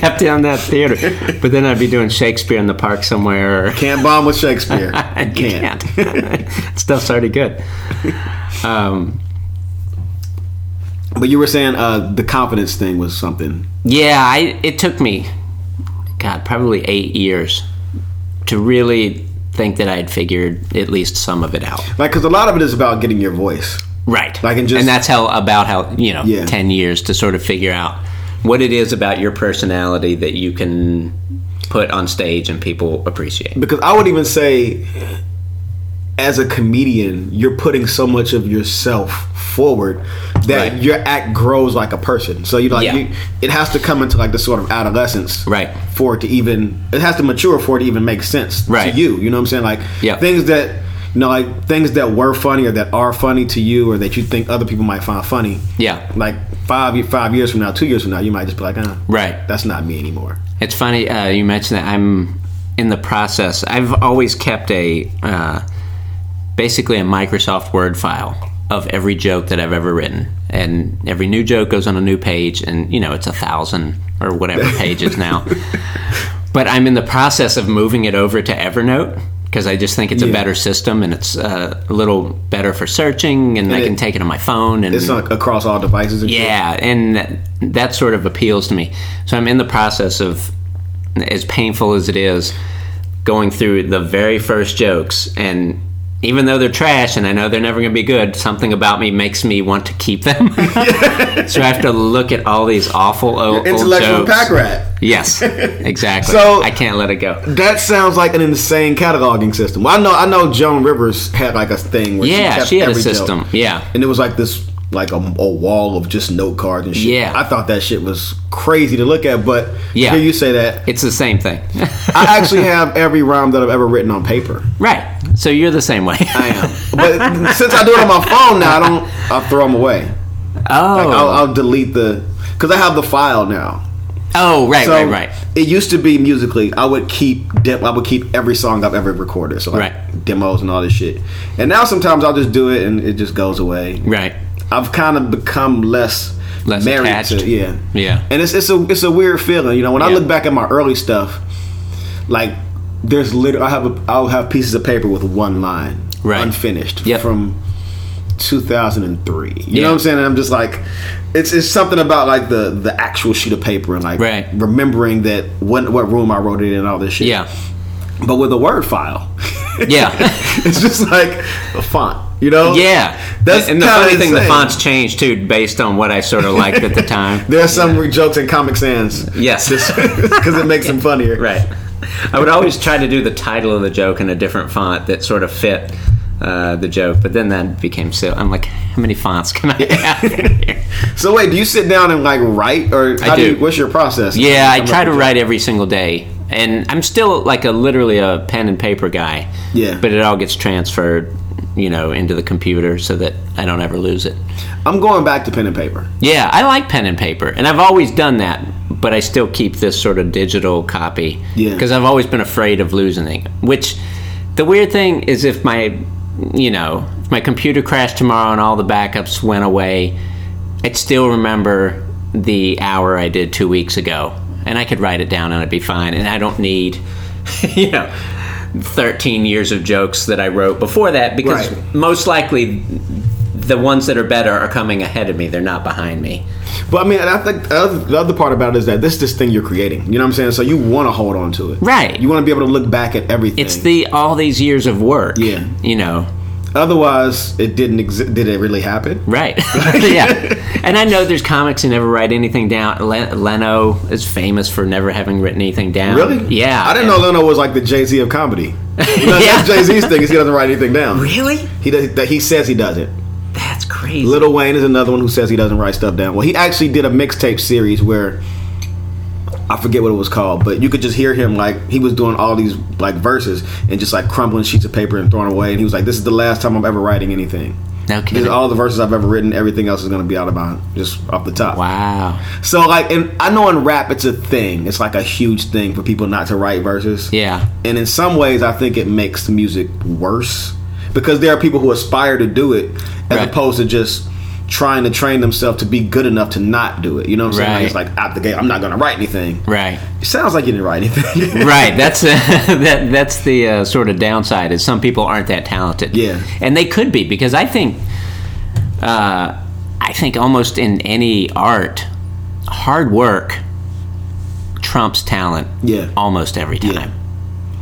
S3: kept on that theater, but then I'd be doing Shakespeare in the park
S2: [LAUGHS]
S3: somewhere. Or
S2: can't bomb with Shakespeare.
S3: [LAUGHS] I
S2: You can't.
S3: can't. Stuff's already good. Um,
S2: But you were saying uh, the confidence thing was something.
S3: yeah, I, it took me, God, probably eight years to really think that I had figured at least some of it out.
S2: Like because a lot of it is about getting your voice.
S3: Right.
S2: Like, and just-
S3: that's how about how you know
S2: Yeah.
S3: ten years to sort of figure out what it is about your personality that you can put on stage and people appreciate.
S2: because I would even say, as a comedian, you're putting so much of yourself forward that
S3: Right.
S2: your act grows like a person. So you like
S3: Yeah.
S2: you, it has to come into like the sort of adolescence,
S3: Right.
S2: For it to even it has to mature for it to even make sense
S3: Right.
S2: to you. You know what I'm saying? Like
S3: Yeah.
S2: things that you know, like things that were funny or that are funny to you or that you think other people might find funny.
S3: Yeah.
S2: Like five five years from now, two years from now, you might just be like, uh,
S3: Right.
S2: that's not me anymore.
S3: It's funny uh, you mentioned that. I'm in the process. I've always kept a uh, basically a Microsoft Word file of every joke that I've ever written, and every new joke goes on a new page, and you know it's a thousand or
S2: [LAUGHS]
S3: whatever pages now. but I'm in the process of moving it over to Evernote because I just think it's a
S2: Yeah.
S3: better system and it's uh, a little better for searching, and, I
S2: it-
S3: can take it on my phone. And
S2: It's like across all devices. And shit.
S3: Mm-hmm. yeah, and that, that sort of appeals to me. So I'm in the process of, as painful as it is, going through the very first jokes. And even though they're trash and I know they're never going to be good, something about me makes me want to
S2: [LAUGHS]
S3: keep them. so I have to look at all these awful o- old
S2: Intellectual
S3: jokes.
S2: pack rat.
S3: Yes,
S2: [LAUGHS]
S3: exactly.
S2: So-
S3: I can't let it go.
S2: That sounds like an insane cataloging system. Well, I know I know Joan Rivers had like a thing where she,
S3: Yeah,
S2: kept
S3: she had a
S2: every joke.
S3: system. Yeah.
S2: and it was like this like a, a wall of just note cards and shit.
S3: Yeah.
S2: I thought that shit was crazy to look at, but
S3: Yeah.
S2: here you say that.
S3: It's the same thing. [LAUGHS]
S2: I actually have every rhyme that I've ever written on paper.
S3: right. So you're the same way.
S2: I am, but since I do it on my phone now, I don't. I throw them away.
S3: [LAUGHS] Oh.
S2: I'll, I'll delete the because I have the file now.
S3: Oh, right,
S2: So
S3: right, right.
S2: It used to be musically. I would keep de- I would keep every song I've ever recorded, so like
S3: Right.
S2: demos and all this shit. And now sometimes I'll just do it and it just goes away.
S3: Right.
S2: I've kind of become less
S3: Less
S2: married
S3: attached.
S2: to yeah
S3: Yeah.
S2: and it's it's a it's a weird feeling. You know, when I
S3: Yeah.
S2: look back at my early stuff, like there's literally I have a, I'll have pieces of paper with one line
S3: Right.
S2: unfinished
S3: Yep.
S2: from 2003. You
S3: Yeah.
S2: know what I'm saying? And I'm just like it's it's something about like the the actual sheet of paper and like
S3: Right.
S2: remembering that what what room I wrote it in and all this shit.
S3: Yeah.
S2: But with a word file.
S3: [LAUGHS] Yeah.
S2: [LAUGHS] it's just like a font, you know?
S3: Yeah,
S2: That's
S3: and the
S2: kinda
S3: funny thing, the
S2: insane.
S3: fonts changed too, based on what I sort of liked at the time.
S2: There are some jokes in Comic Sans. [LAUGHS]
S3: [LAUGHS] Yes.
S2: because it makes them funnier.
S3: Right. I would always try to do the title of the joke in a different font that sort of fit uh, the joke, but then that became so. I'm like, how many fonts can I have? in here?
S2: So wait, do you sit down and like write, or how do.
S3: do.
S2: you, what's your process?
S3: [LAUGHS] yeah, I try to write every single day, and I'm still like a literally a pen and paper guy.
S2: Yeah.
S3: but it all gets transferred, you know, into the computer so that I don't ever lose it.
S2: I'm going back to pen and paper.
S3: Yeah, I like pen and paper, and I've always done that, but I still keep this sort of digital copy.
S2: Yeah.
S3: Because I've always been afraid of losing it. Which, the weird thing is, if my, you know, if my computer crashed tomorrow and all the backups went away, I'd still remember the hour I did two weeks ago, and I could write it down and it'd be fine, and I don't need, [LAUGHS] you know. 13 years of jokes that I wrote before that because
S2: Right.
S3: most likely the ones that are better are coming ahead of me. They're not behind me.
S2: But I mean, I think the other, the other part about it is that this is this thing you're creating. You know what I'm saying? So you want to hold on to it,
S3: Right.
S2: You want to be able to look back at everything.
S3: It's the all these years of work.
S2: Yeah.
S3: You know.
S2: otherwise it didn't exist. Did it really happen? [LAUGHS]
S3: Right. [LAUGHS] yeah. And I know there's comics who never write anything down. Len- Leno is famous for never having written anything down.
S2: Really?
S3: Yeah.
S2: I didn't know Leno was like the Jay Z of comedy. You
S3: [LAUGHS]
S2: know,
S3: Yeah.
S2: That's Jay Z's thing is he doesn't write anything down.
S3: Really?
S2: He does. that He says he doesn't.
S3: That's crazy.
S2: Little Wayne is another one who says he doesn't write stuff down. Well, he actually did a mixtape series where I forget what it was called, but you could just hear him like he was doing all these like verses and just like crumbling sheets of paper and throwing away. And he was like, "This is the last time I'm ever writing anything.
S3: No
S2: These
S3: kidding.
S2: are all the verses I've ever written. Everything else is going to be out of my just off the top."
S3: wow.
S2: So like, and I know in rap it's a thing. It's like a huge thing for people not to write verses.
S3: Yeah.
S2: And in some ways, I think it makes the music worse because there are people who aspire to do it as
S3: Right.
S2: opposed to just trying to train themselves to be good enough to not do it. You know what I'm saying? Like,
S3: Right.
S2: it's like out the gate, I'm not going to write anything. [LAUGHS]
S3: Right.
S2: It sounds like you didn't write anything. [LAUGHS]
S3: Right. That's [LAUGHS] uh, that. That's the uh, sort of downside is some people aren't that talented.
S2: Yeah.
S3: And they could be because I think, uh, I think almost in any art, hard work trumps talent.
S2: Yeah.
S3: Almost every time.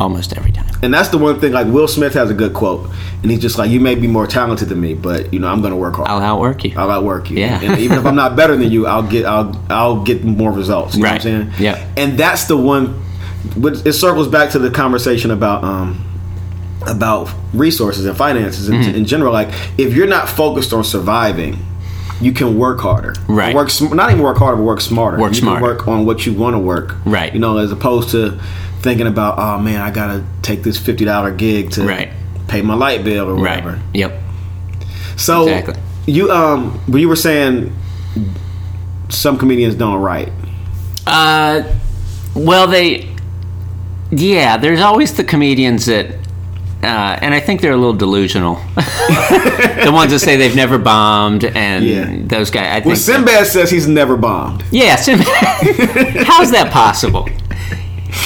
S3: Almost every time.
S2: and that's the one thing. Like Will Smith has a good quote, and he's just like, "You may be more talented than me, but you know I'm going to work hard.
S3: I'll outwork you.
S2: I'll outwork you.
S3: Yeah.
S2: And even if I'm not better than you, I'll get I'll I'll get more results. You
S3: Right.
S2: know what I'm saying?
S3: Yeah.
S2: And that's the one but it circles back to the conversation about um about resources and finances in,
S3: Mm-hmm.
S2: in general. Like if you're not focused on surviving, you can work harder.
S3: Right.
S2: Work sm- not even work harder, but work smarter.
S3: Work
S2: you can
S3: smarter.
S2: work on what you want to work.
S3: Right.
S2: You know, as opposed to thinking about, oh man, I gotta take this fifty dollar gig to
S3: Right.
S2: pay my light bill or
S3: right.
S2: whatever.
S3: Yep.
S2: So
S3: Exactly.
S2: you um but you were saying some comedians don't write.
S3: Uh, well, they, yeah. There's always the comedians that, uh, and I think they're a little delusional. [LAUGHS] the ones that say they've never bombed, and
S2: Yeah.
S3: those guys. I
S2: Well
S3: think.
S2: Sinbad says he's never bombed.
S3: yeah, Sinbad.
S2: [LAUGHS]
S3: How's that possible?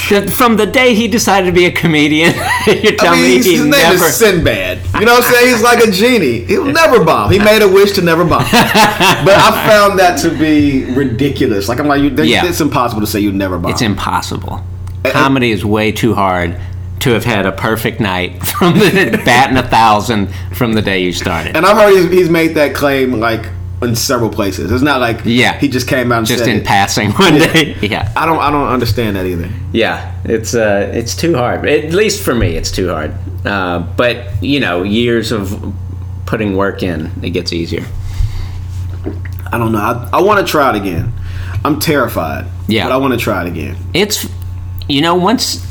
S3: The- From the day he decided to be a comedian, [LAUGHS] you're
S2: I
S3: telling
S2: mean,
S3: me
S2: he's-
S3: he
S2: his name
S3: never.
S2: is Sinbad. You know what I'm saying? He's like a genie.
S3: [LAUGHS]
S2: He'll never bomb. He made a wish to never bomb. but I found that to be ridiculous. Like I'm like, you,
S3: Yeah.
S2: it's impossible to say you never bomb.
S3: It's impossible. Comedy is way too hard to have had a perfect night [LAUGHS] from the batting a thousand from the day you started.
S2: and I've heard he's, he's made that claim like in several places. It's not like
S3: Yeah.
S2: he just came out and
S3: Just
S2: said
S3: in
S2: it.
S3: passing one day. [LAUGHS] Yeah.
S2: I don't I don't understand that either.
S3: Yeah, it's uh, it's too hard. At least for me, it's too hard. Uh, but you know, years of putting work in, it gets easier.
S2: I don't know. I, I want to try it again. I'm terrified.
S3: Yeah.
S2: But I want to try it again.
S3: It's you know once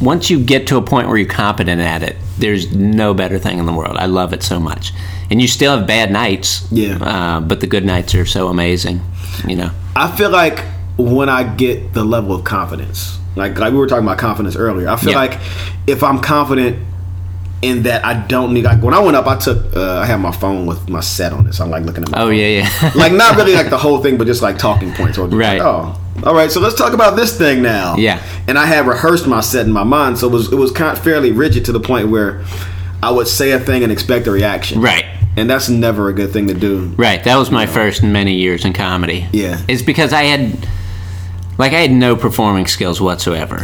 S3: once you get to a point where you're competent at it, there's no better thing in the world. I love it so much, and you still have bad nights.
S2: Yeah.
S3: uh, but the good nights are so amazing. You know.
S2: I feel like when I get the level of confidence. Like like we were talking about confidence earlier. I feel
S3: Yeah.
S2: like if I'm confident in that I don't need like when I went up I took uh, I had my phone with my set on it. So I'm like looking at my
S3: Oh yeah, yeah.
S2: [LAUGHS]
S3: [LAUGHS]
S2: like not really like the whole thing, but just like talking points. Or just
S3: Right.
S2: Like, oh, all right. So let's talk about this thing now.
S3: Yeah.
S2: And I had rehearsed my set in my mind, so it was it was kind of fairly rigid to the point where I would say a thing and expect a reaction.
S3: Right.
S2: And that's never a good thing to do.
S3: right. That was my first many years in comedy.
S2: Yeah.
S3: It's because I had like I had no performing skills whatsoever.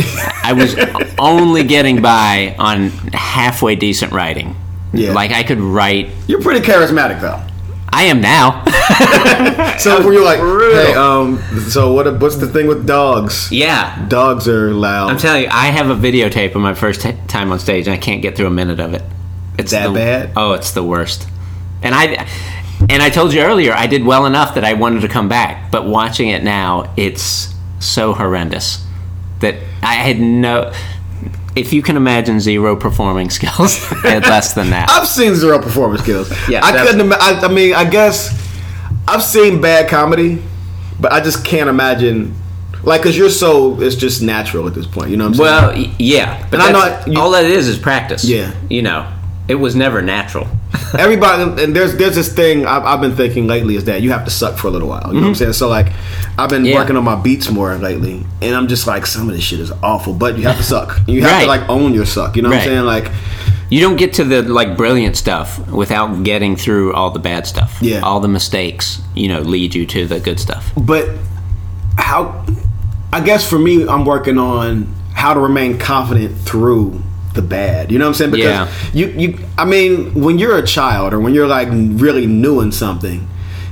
S3: I
S2: [LAUGHS]
S3: was only getting by on halfway decent writing.
S2: Yeah.
S3: Like I could write
S2: You're pretty charismatic though.
S3: I am
S2: [LAUGHS]
S3: now.
S2: So when you're like, hey, um, so what? What's the thing with dogs?
S3: yeah.
S2: Dogs are loud.
S3: I'm telling you, I have a videotape of my first t- time on stage, and I can't get through a minute of it. It's
S2: That
S3: the-
S2: bad?
S3: Oh, it's the worst. And I, and I told you earlier, I did well enough that I wanted to come back. But watching it now, it's so horrendous that I had no. If you can imagine zero performing [LAUGHS] skills, I had less than that.
S2: [LAUGHS] I've seen zero performance skills.
S3: [LAUGHS] Yeah,
S2: I
S3: that's-
S2: couldn't. Ima- I, I mean, I guess I've seen bad comedy, but I just can't imagine. Like, cause you're so it's just natural at this point. You know what I'm saying?
S3: Well, y- yeah, but
S2: And I know
S3: that's-
S2: you-
S3: all that is is practice.
S2: Yeah.
S3: you know, it was never natural.
S2: [LAUGHS] everybody and there's there's this thing I've, I've been thinking lately is that you have to suck for a little while you know what i'm saying so like i've been
S3: Mm-hmm. Yeah.
S2: working on my beats more lately and i'm just like some of this shit is awful but you have to suck you have to
S3: Right.
S2: like own your suck you know
S3: Right.
S2: what i'm saying like
S3: You don't get to the like brilliant stuff without getting through all the bad stuff.
S2: Yeah.
S3: All the mistakes, you know, lead you to the good stuff.
S2: but how i guess for me i'm working on how to remain confident through the bad you know what i'm saying because
S3: Yeah.
S2: you you i mean when you're a child or when you're like really new in something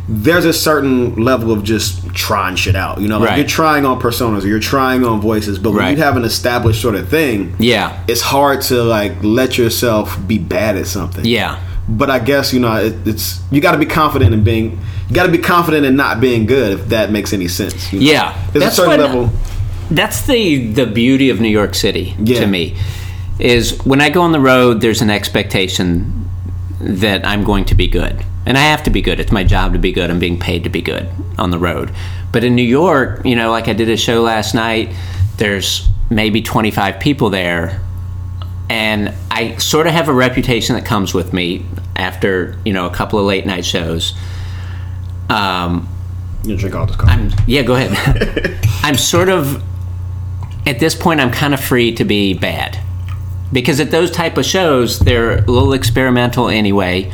S2: there's a certain level of just trying shit out you know like
S3: Right.
S2: you're trying on personas or you're trying on voices but when
S3: Right.
S2: you have an established sort of thing
S3: Yeah.
S2: it's hard to like let yourself be bad at something
S3: Yeah.
S2: but I guess you know it, it's you got to be confident in being you got to be confident in not being good if that makes any sense. you know?
S3: Yeah.
S2: there's
S3: That's
S2: a certain
S3: what- uh,
S2: level.
S3: That's the the beauty of New York City
S2: Yeah.
S3: to me. Is when I go on the road there's an expectation that I'm going to be good. And I have to be good. It's my job to be good. I'm being paid to be good on the road. But in New York, you know, like I did a show last night, there's maybe 25 people there and I sort of have a reputation that comes with me after you know a couple of late night shows. Um,
S2: You drink all this coffee.
S3: I'm- yeah, go
S2: [LAUGHS]
S3: ahead. I'm sort of at this point. I'm kind of free to be bad because at those type of shows they're a little experimental anyway,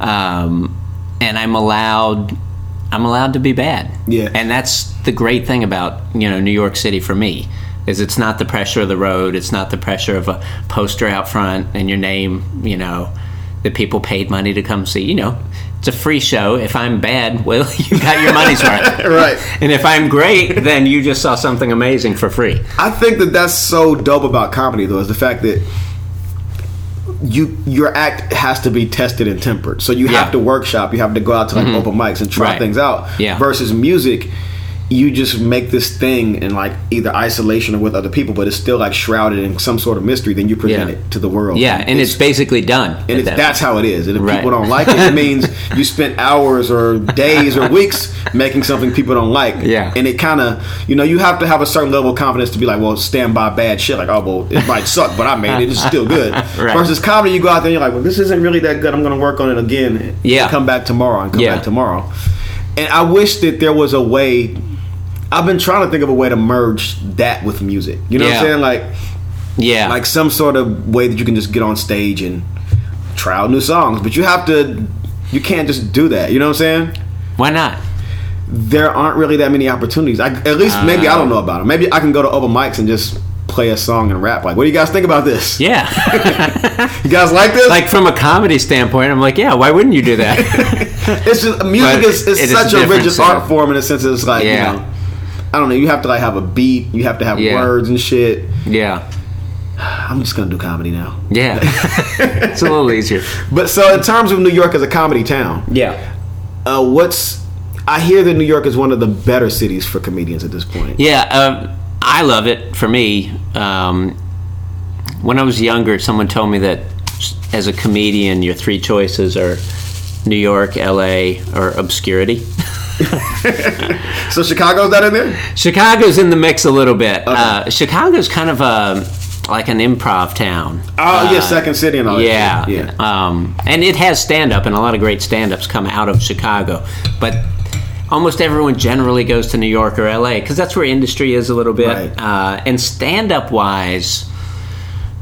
S3: um, and I'm allowed. I'm allowed to be bad.
S2: Yeah.
S3: and that's the great thing about you know New York City for me is it's not the pressure of the road. It's not the pressure of a poster out front and your name. You know. That people paid money to come see. You know, it's a free show. If I'm bad, well, [LAUGHS] you got your money's worth.
S2: [LAUGHS] right.
S3: And if I'm great, then you just saw something amazing for free.
S2: I think that that's so dope about comedy though is the fact that you your act has to be tested and tempered. So you
S3: Yeah. Mm-hmm.
S2: have to workshop. You have to go out to like open mics and try
S3: Right.
S2: things out.
S3: Yeah.
S2: Versus music, you just make this thing in like either isolation or with other people, but it's still like shrouded in some sort of mystery. Then you present
S3: Yeah.
S2: it to the world.
S3: Yeah, and it's, basically done. at
S2: and it's,
S3: that
S2: that's how it is. And if
S3: Right.
S2: people don't like it, it
S3: [LAUGHS]
S2: means you spent hours or days or weeks making something people don't like.
S3: Yeah.
S2: and it kind of you know you have to have a certain level of confidence to be like, well, stand by bad shit. Like, oh well, it might suck, but I made it. It's still good.
S3: [LAUGHS] Right.
S2: Versus comedy, you go out there and you're like, well, this isn't really that good. I'm going to work on it again. and
S3: Yeah.
S2: come back tomorrow and come
S3: Yeah.
S2: back tomorrow. And I wish that there was a way. I've been trying to think of a way to merge that with music. You know
S3: Yeah.
S2: what I'm saying? Like
S3: yeah,
S2: like some sort of way that you can just get on stage and try out new songs but you have to you can't just do that you know what i'm saying
S3: why not?
S2: there aren't really that many opportunities I, at least maybe i don't know about them maybe i can go to open mics and just play a song and rap like what do you guys think about this [LAUGHS]
S3: Yeah,
S2: you guys like this
S3: like from a comedy standpoint, I'm like, yeah, why wouldn't you do
S2: [LAUGHS]
S3: that?
S2: it's just music
S3: But
S2: is, is
S3: it is
S2: such a
S3: different,
S2: rigid
S3: so-
S2: art form in a sense it's like
S3: Yeah.
S2: you know i don't know you have to like have a beat you have to have
S3: Yeah.
S2: words and shit
S3: yeah,
S2: i'm just gonna do comedy now
S3: yeah, it's a little easier.
S2: but so in terms of new york as a comedy town
S3: Yeah,
S2: uh, what's I hear that New York is one of the better cities for comedians at this point.
S3: yeah, uh, I love it. For me, um, when I was younger, someone told me that as a comedian, your three choices are New York, L.A., or obscurity.
S2: so Chicago's not in
S3: Uh,
S2: there.
S3: Chicago's in the mix a little bit. Uh, Chicago's kind of a like an improv town.
S2: Oh yeah, Second City and all that.
S3: Yeah,
S2: shit. yeah.
S3: Um, and it has stand up, and a lot of great stand ups come out of Chicago. But almost everyone generally goes to New York or LA because that's where industry is a little bit.
S2: Right.
S3: Uh, and stand up wise,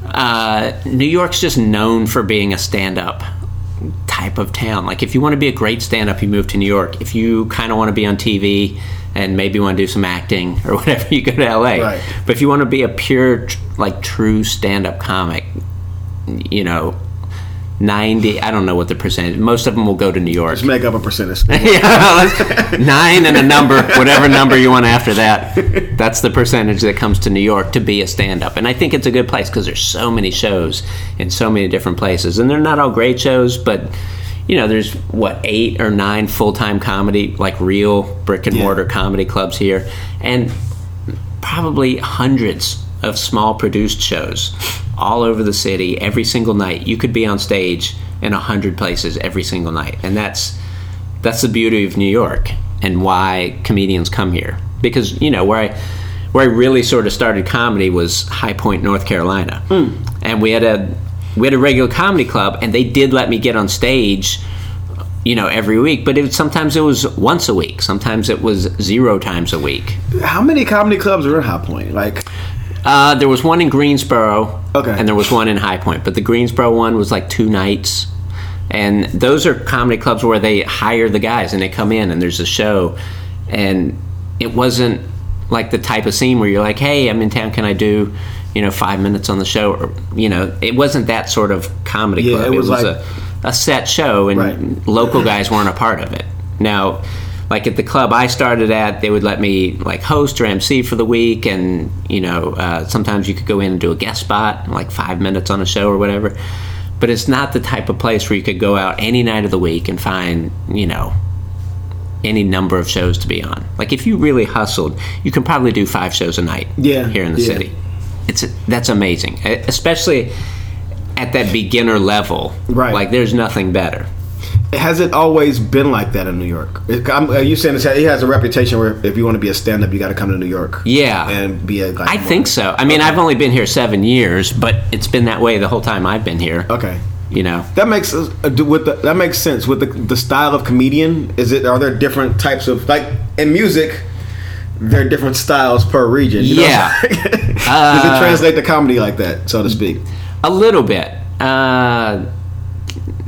S3: uh, New York's just known for being a stand up type of town. Like, if you want to be a great stand up, you move to New York. If you kind of want to be on TV and maybe want to do some acting [LAUGHS] or whatever, you go to LA.
S2: Right.
S3: But if you want to be a pure, tr- like, true stand up comic, you know, 90, I don't know what the percentage, most of them will go to New York.
S2: Just make up a percentage.
S3: [LAUGHS]
S2: [LAUGHS]
S3: Yeah, let's- nine and a number, whatever number you want after that. That's the percentage that comes to New York to be a stand-up, and I think it's a good place because there's so many shows in so many different places, and they're not all great shows, but you know, there's what eight or nine full-time comedy, like real brick and mortar comedy clubs here, and probably hundreds of small produced shows all over the city every single night. You could be on stage in a hundred places every single night, and that's that's the beauty of New York and why comedians come here. Because you know where I where I really sort of started comedy was High Point, North Carolina, and we had a we had a regular comedy club, and they did let me get on stage you know every week but it sometimes it was once a week sometimes it was zero times a week
S2: How many comedy clubs are in High Point? Like,
S3: uh, there was one in Greensboro.
S2: Okay.
S3: And there was one in High Point, but the Greensboro one was like two nights. And those are comedy clubs where they hire the guys and they come in and there's a show. And it wasn't like the type of scene where you're like, hey, I'm in town, can I do, you know, five minutes on the show? Or, you know, it wasn't that sort of comedy
S2: Yeah,
S3: club.
S2: it was like-
S3: a, a set show and
S2: Right.
S3: local guys weren't a part of it. Now, like at the club I started at, they would let me like host or MC for the week, and you know uh, sometimes you could go in and do a guest spot, like five minutes on a show or whatever. But it's not the type of place where you could go out any night of the week and find you know any number of shows to be on. Like if you really hustled, you can probably do five shows a night.
S2: Yeah,
S3: here in the
S2: yeah.
S3: city, it's that's amazing, e- especially at that beginner level.
S2: Right.
S3: like there's nothing better.
S2: has it always been like that in New York? It- I'm, are you saying this, it has a reputation where if you want to be a stand up, you got to come to New York?
S3: Yeah.
S2: And be a. Like,
S3: I think so. I mean, I've only been here seven years, but it's been that way the whole time I've been here.
S2: Okay.
S3: You know,
S2: That makes us- uh, do- with the, that makes sense with the, the style of comedian. Is it are there different types of like in music? There are different styles per region. you know?
S3: Yeah.
S2: [LAUGHS]
S3: Uh,
S2: Does it translate to comedy like that, so to speak?
S3: a little bit. Uh,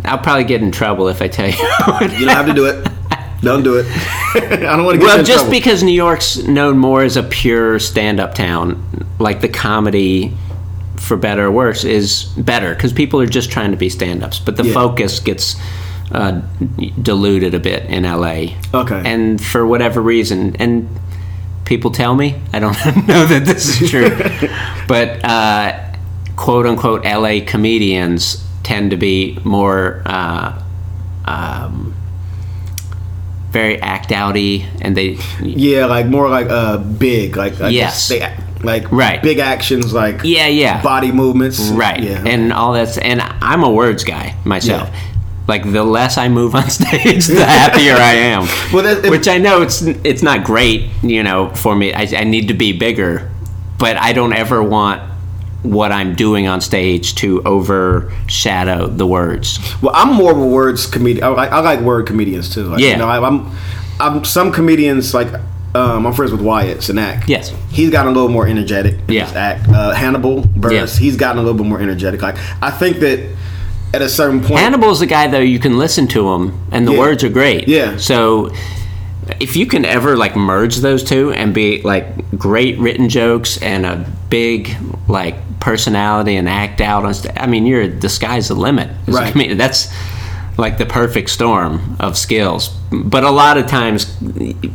S3: I'll probably get in trouble if I tell you. [LAUGHS]
S2: You don't have to do it. Don't do it. [LAUGHS] I don't want to get you
S3: well,
S2: in
S3: just
S2: trouble.
S3: because New York's known more as a pure stand-up town, like the comedy, for better or worse, is better because people are just trying to be stand-ups, but the
S2: Yeah.
S3: focus gets uh, diluted a bit in LA.
S2: Okay.
S3: and for whatever reason, and people tell me I don't [LAUGHS] know that this is true, but uh, quote unquote LA comedians tend to be more. Uh, um, very act outy, and they
S2: yeah, like more like uh big, like, like
S3: Yes.
S2: they act- like
S3: Right.
S2: big actions, like
S3: Yeah, yeah.
S2: body movements,
S3: right.
S2: Yeah,
S3: And all that's and I'm a words guy myself.
S2: Yeah.
S3: Like the less I move on [LAUGHS] stage, the happier I am.
S2: Well, that- it-
S3: Which I know it's it's not great, you know, for me. I, I need to be bigger, but I don't ever want what I'm doing on stage to overshadow the words.
S2: Well, I'm more of a words comedian. I like, I like word comedians too. Like,
S3: Yeah.
S2: You know, I, I'm, I'm some comedians like um, I'm friends with Wyatt Sinak.
S3: Yes.
S2: He's gotten a little more energetic. In
S3: Yeah.
S2: His act. Uh, Hannibal Buress.
S3: Yeah.
S2: He's gotten a little bit more energetic. Like I think that at a certain point,
S3: Hannibal's a guy though you can listen to him, and the
S2: Yeah.
S3: words are great.
S2: Yeah.
S3: So if you can ever like merge those two and be like great written jokes and a big like personality and act out on st- I mean you're the sky's the limit. [LAUGHS] It's-
S2: Right.
S3: I mean that's like the perfect storm of skills. But a lot of times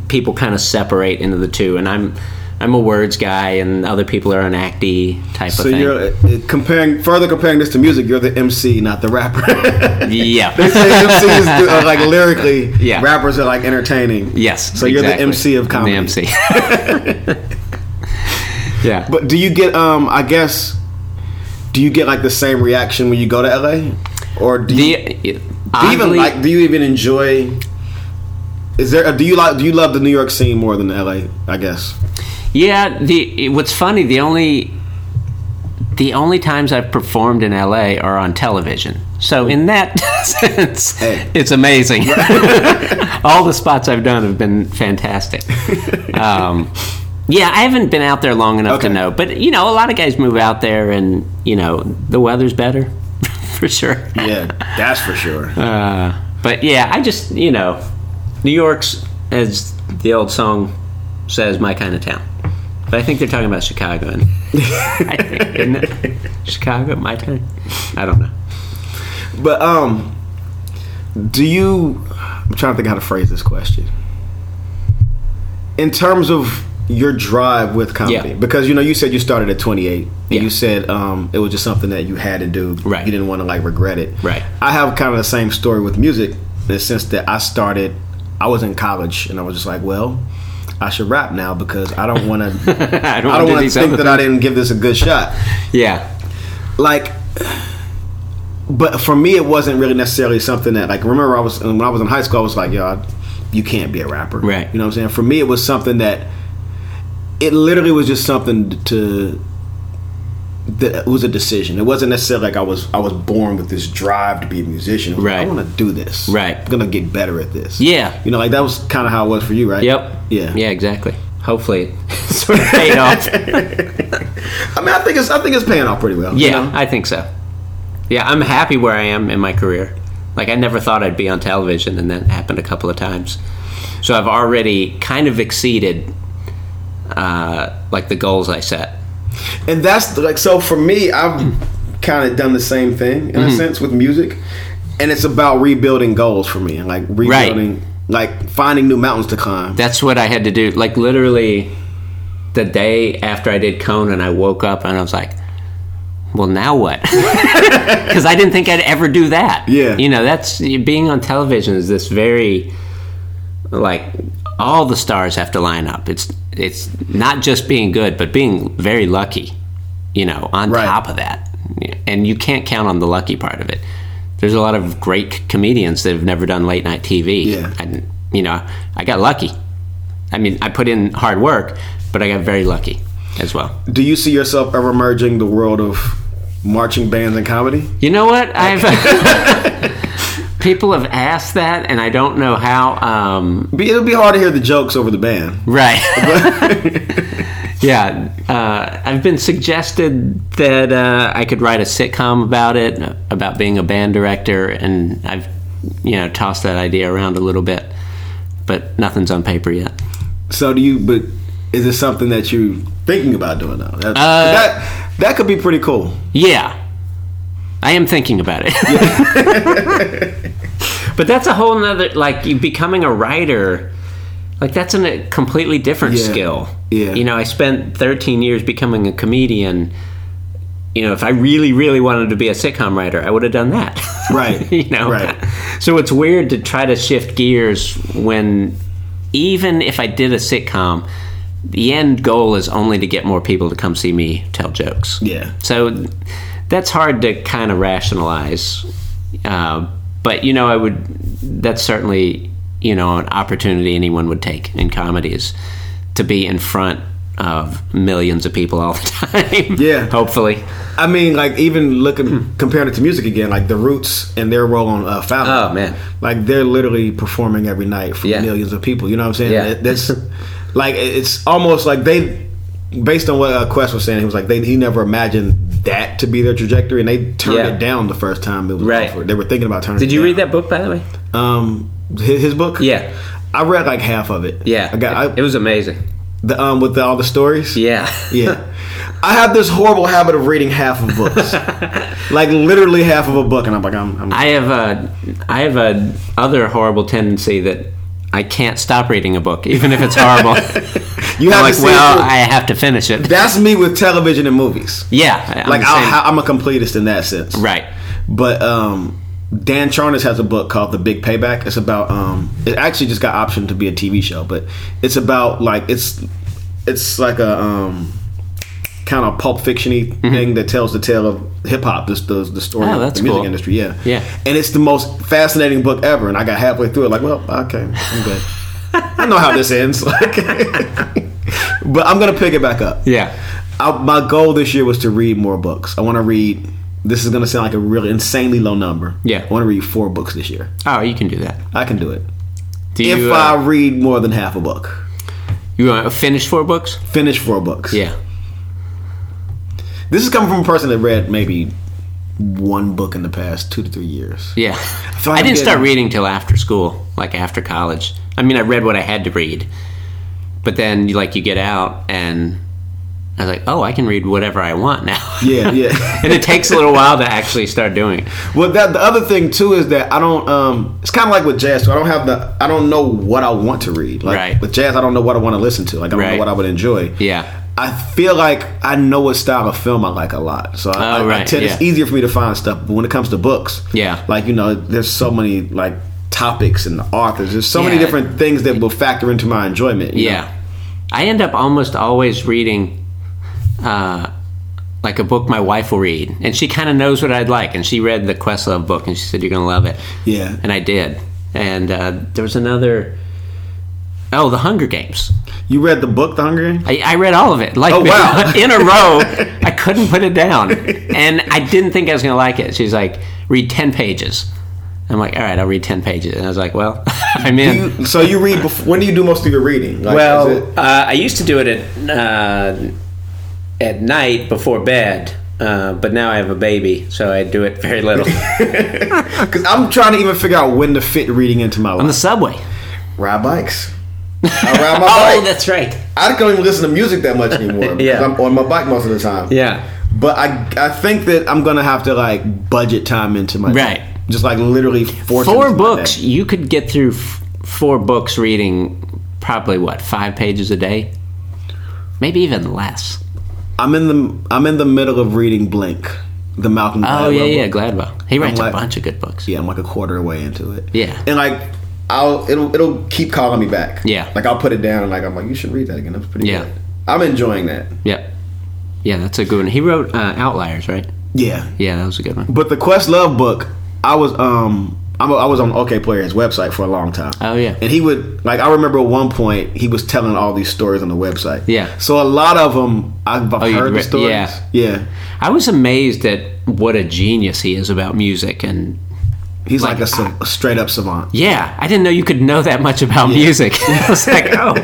S3: people kind of separate into the two and I'm I'm a words guy and other people are an acty type
S2: So
S3: of thing.
S2: you're uh, comparing further comparing this to music. You're the MC, not the rapper.
S3: [LAUGHS]
S2: [LAUGHS]
S3: yeah.
S2: Say MCs
S3: [LAUGHS]
S2: do, uh, like lyrically,
S3: Yeah.
S2: rappers are like entertaining.
S3: Yes.
S2: So you're the
S3: exactly.
S2: MC of comedy.
S3: The
S2: [LAUGHS]
S3: MC. [LAUGHS] yeah.
S2: But do you get um I guess do you get like the same reaction when you go to LA? Or do you,
S3: the,
S2: do you even like do you even enjoy Is there? Do you like? Do you love the New York scene more than the LA? I guess.
S3: Yeah, the what's funny, the only the only times I've performed in LA are on television. So in that [LAUGHS] sense,
S2: Hey.
S3: it's
S2: [LAUGHS]
S3: amazing. [LAUGHS] All the spots I've done have
S2: [LAUGHS]
S3: been fantastic. Um, yeah, I haven't been out there long enough to
S2: Okay.
S3: know, but you know, a lot of guys move out there, and you know, the weather's better [LAUGHS] for sure.
S2: Yeah, that's for sure.
S3: Uh, but yeah, I just you know, New York's as the old song says, my kind of town. But I think they're talking about Chicago
S2: [LAUGHS]
S3: and I think, isn't it? Chicago, my town. I don't know. [LAUGHS]
S2: But um, do you? I'm trying to think how to phrase this question. In terms of your drive with comedy,
S3: Yeah.
S2: because you know you said you started at 28. And
S3: Yeah.
S2: You said um, it was just something that you had to do.
S3: Right.
S2: You didn't want to like regret it.
S3: Right.
S2: I have kind of the same story with music in the sense that I started. I was in college and I was just like, well, I should rap now because I don't
S3: [LAUGHS]
S2: want to.
S3: I
S2: I don't
S3: do
S2: want to
S3: these
S2: think
S3: other
S2: that I didn't give this a good shot
S3: things. [LAUGHS] Yeah,
S2: like but for me it wasn't really necessarily something that like remember I was when I was in high school I was like yo I- you can't be a rapper
S3: Right.
S2: you know what I'm saying for me it was something that it literally was just something to that it was a decision it wasn't necessarily like I was I was born with this drive to be a musician It was like,
S3: Right.
S2: I want to do this
S3: Right.
S2: I'm gonna get better at this
S3: Yeah.
S2: you know like that was kind of how it was for you right
S3: Yep.
S2: yeah
S3: Yeah. Exactly. Hopefully, it [LAUGHS]
S2: [LAUGHS]
S3: sort of paid off.
S2: I mean I think it's I think it's paying off pretty well you
S3: Yeah,
S2: know?
S3: I think so. Yeah, I'm happy where I am in my career. Like I never thought I'd be on television, and that happened a couple of times. So I've already kind of exceeded, uh, like the goals I set.
S2: and that's like so for me i've kind of done the same thing in a sense with music and it's about rebuilding goals for me and like rebuilding like finding new mountains to climb
S3: That's what I had to do. Like literally, the day after I did Conan, I woke up and I was like, "Well, now what?" [LAUGHS] Because I didn't think I'd ever do that.
S2: Yeah.
S3: you know, that's being on television is this very like all the stars have to line up. It's it's not just being good, but being very lucky. You know, on
S2: Right.
S3: top of that, and you can't count on the lucky part of it. There's a lot of great comedians that have never done late night TV.
S2: Yeah.
S3: And you know, I got lucky. I mean, I put in hard work, but I got very lucky as well.
S2: do you see yourself ever merging the world of marching bands and comedy
S3: You know what? I've [LAUGHS] people have asked that, and I don't know how. Um,
S2: Be- it'll be hard to hear the jokes over the band
S3: Right. [LAUGHS] yeah. Uh, I've been suggested that uh, I could write a sitcom about it, about being a band director, and I've, you know, tossed that idea around a little bit, but nothing's on paper yet.
S2: so do you but is it something that you thinking about doing now that, that that could be pretty cool
S3: Yeah. I am thinking about it. [LAUGHS] but that's a whole nother, like, you becoming a writer, like, that's an, a completely different
S2: Yeah.
S3: skill.
S2: Yeah.
S3: You know, I spent 13 years becoming a comedian. You know, if I really, really wanted to be a sitcom writer, I would have done that. [LAUGHS]
S2: Right.
S3: you know?
S2: Right.
S3: So it's weird to try to shift gears when, even if I did a sitcom, the end goal is only to get more people to come see me tell jokes.
S2: Yeah.
S3: So that's hard to kind of rationalize. Uh, but, you know, I would, that's certainly, you know, an opportunity anyone would take in comedy is to be in front of millions of people all the [LAUGHS] time.
S2: Yeah.
S3: Hopefully.
S2: I mean, like even looking comparing it to music again, like the Roots and their role on uh, Fallon.
S3: Oh, man.
S2: like they're literally performing every night for
S3: Yeah.
S2: millions of people. You know what I'm saying?
S3: Yeah.
S2: That- That's [LAUGHS] like it's almost like they, based on what uh, Quest was saying, he was like they he never imagined that to be their trajectory, and they turned
S3: Yeah.
S2: it down the first time it was
S3: Right.
S2: offered. They were thinking about turning.
S3: Did
S2: it
S3: you
S2: down.
S3: read that book, by the way?
S2: Um, his, his book.
S3: Yeah.
S2: I read like half of it.
S3: Yeah.
S2: I got I,
S3: it was amazing.
S2: the, um with the, all the stories. [LAUGHS]
S3: Yeah.
S2: Yeah. I have this horrible habit of reading half of
S3: [LAUGHS]
S2: books. like literally half of a book and I'm like I'm, I'm
S3: I have a, I have a other horrible tendency that I can't stop reading a book, even if it's horrible.
S2: [LAUGHS] You
S3: I'm
S2: have to
S3: like,
S2: see it
S3: well,
S2: through."
S3: I have to finish it.
S2: That's me with television and movies.
S3: yeah, I'm
S2: like
S3: the same.
S2: I'll, I'm a completist in that sense.
S3: right.
S2: But um Dan Charnas has a book called The Big Payback. It's about um it actually just got optioned to be a TV show, but it's about like it's it's like a um kind of pulp fictiony thing that tells the tale of hip hop, this the, the story
S3: Mm-hmm. Oh,
S2: of
S3: that's
S2: the music
S3: cool.
S2: industry, yeah.
S3: Yeah. [LAUGHS]
S2: And it's the most fascinating book ever and I got halfway through it like, well, okay, I'm good. I know how this ends. Like, [LAUGHS] but I'm gonna pick it back up.
S3: Yeah.
S2: I, my goal this year was to read more books. I want to read. This is gonna sound like a really insanely low number.
S3: Yeah.
S2: I want to read four books this year.
S3: Oh, you can do that.
S2: I can do it
S3: Do
S2: if
S3: you,
S2: I
S3: uh,
S2: read more than half a book.
S3: you uh, finish four books?
S2: Finish four books.
S3: Yeah.
S2: This is coming from a person that read maybe one book in the past two to three years.
S3: Yeah.
S2: feel like
S3: I
S2: I'm
S3: didn't start
S2: getting-
S3: reading till after school, like after college. I mean, I read what I had to read. But then, like, you get out and I was like, oh, I can read whatever I want now.
S2: Yeah, yeah.
S3: [LAUGHS] and it takes a little while to actually start doing it.
S2: Well, that the other thing too is that I don't. Um, it's kind of like with jazz. too. I don't have the. I don't know what I want to read. Like
S3: Right.
S2: with jazz, I don't know what I want to listen to. Like I don't know
S3: Right.
S2: what I would enjoy.
S3: Yeah.
S2: I feel like I know what style of film I like a lot, so I,
S3: Oh,
S2: I- I
S3: right,
S2: tend, it's
S3: yeah.
S2: easier for me to find stuff. But when it comes to books,
S3: Yeah.
S2: like you know, there's so many like topics and authors. There's so many
S3: Yeah.
S2: different things that will factor into my enjoyment. you know?
S3: Yeah. I end up almost always reading uh, like a book my wife will read. And she kind of knows what I'd like. And she read the Questlove book and she said, You're going to love it.
S2: Yeah.
S3: And I did. And uh, there was another. Oh, The Hunger Games.
S2: You read the book, The Hunger Games?
S3: I, I read all of it. Like
S2: Oh, wow.
S3: [LAUGHS] in
S2: [LAUGHS]
S3: a row. I couldn't put it down. And I didn't think I was going to like it. She's like, Read 10 pages. I'm like, All right, I'll read 10 pages. And I was like, Well, [LAUGHS] I'm in.
S2: You, so you read. Before, when do you do most of your reading? Like, is
S6: Well,
S2: it-
S6: uh, I used to do it at uh, at night before bed, uh, but now I have a baby, so I do it very little.
S2: Because I'm trying to even figure out when to fit reading into my
S3: [LAUGHS] on the
S2: life.
S3: subway.
S2: Ride
S3: [LAUGHS]
S2: bikes. I ride my
S6: oh,
S2: bike.
S6: that's right.
S2: I don't even listen to music that much
S3: [LAUGHS]
S2: anymore because
S6: Yeah.
S2: I'm on my bike most of the time.
S6: Yeah.
S2: But I, I think that I'm gonna have to like budget time into my
S3: Right.
S2: Just like literally force it
S3: four
S2: into my
S3: books
S2: day.
S3: you could get through f- four books reading probably what five pages a day maybe even less
S2: I'm in the I'm in the middle of reading Blink, the Malcolm.
S3: oh
S2: Gladwell
S3: yeah yeah
S2: book.
S3: gladwell he writes
S2: like-
S3: a bunch of good books
S2: Yeah, I'm like a quarter away into it.
S3: Yeah.
S2: And like I'll it'll it'll keep calling me back.
S3: Yeah.
S2: Like I'll put it down and like I'm like, you should read that again. That's pretty
S3: Yeah.
S2: good. I'm enjoying that.
S3: yep yeah that's a good one he wrote uh, outliers right
S2: Yeah.
S3: yeah that was a good one
S2: But the Quest Love book, I was um I'm a, I was on OK Player's website for a long time.
S3: Oh, yeah.
S2: And he would like I remember at one point he was telling all these stories on the website.
S3: Yeah. Oh,
S2: So a lot of them I've, I've
S3: you'd
S2: heard
S3: re-
S2: the stories.
S3: yeah.
S2: Yeah.
S3: i was amazed at what a genius he is about music and
S2: He's like,
S3: Like,
S2: a, sa- a straight up savant.
S3: yeah i didn't know you could know that much about music [LAUGHS] i was like oh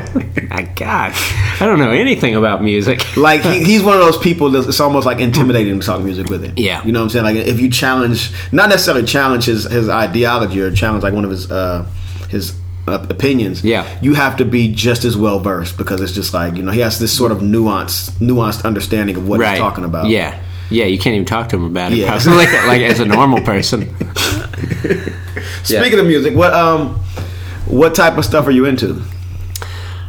S3: my god i don't know anything about music
S2: Like he, he's one of those people that's it's almost like intimidating to talk music with him.
S3: Yeah.
S2: you know what I'm saying. Like if you challenge, not necessarily challenge his, his ideology or challenge like one of his uh, his uh, opinions.
S3: Yeah.
S2: you have to be just as well versed because it's just like you know he has this sort of nuanced nuanced understanding of what he's talking about.
S3: Yeah. Yeah, you can't even talk to him about it.
S2: Yeah.
S3: Probably
S2: [LAUGHS]
S3: like, like as a normal person.
S2: Speaking of music, what um, what type of stuff are you into?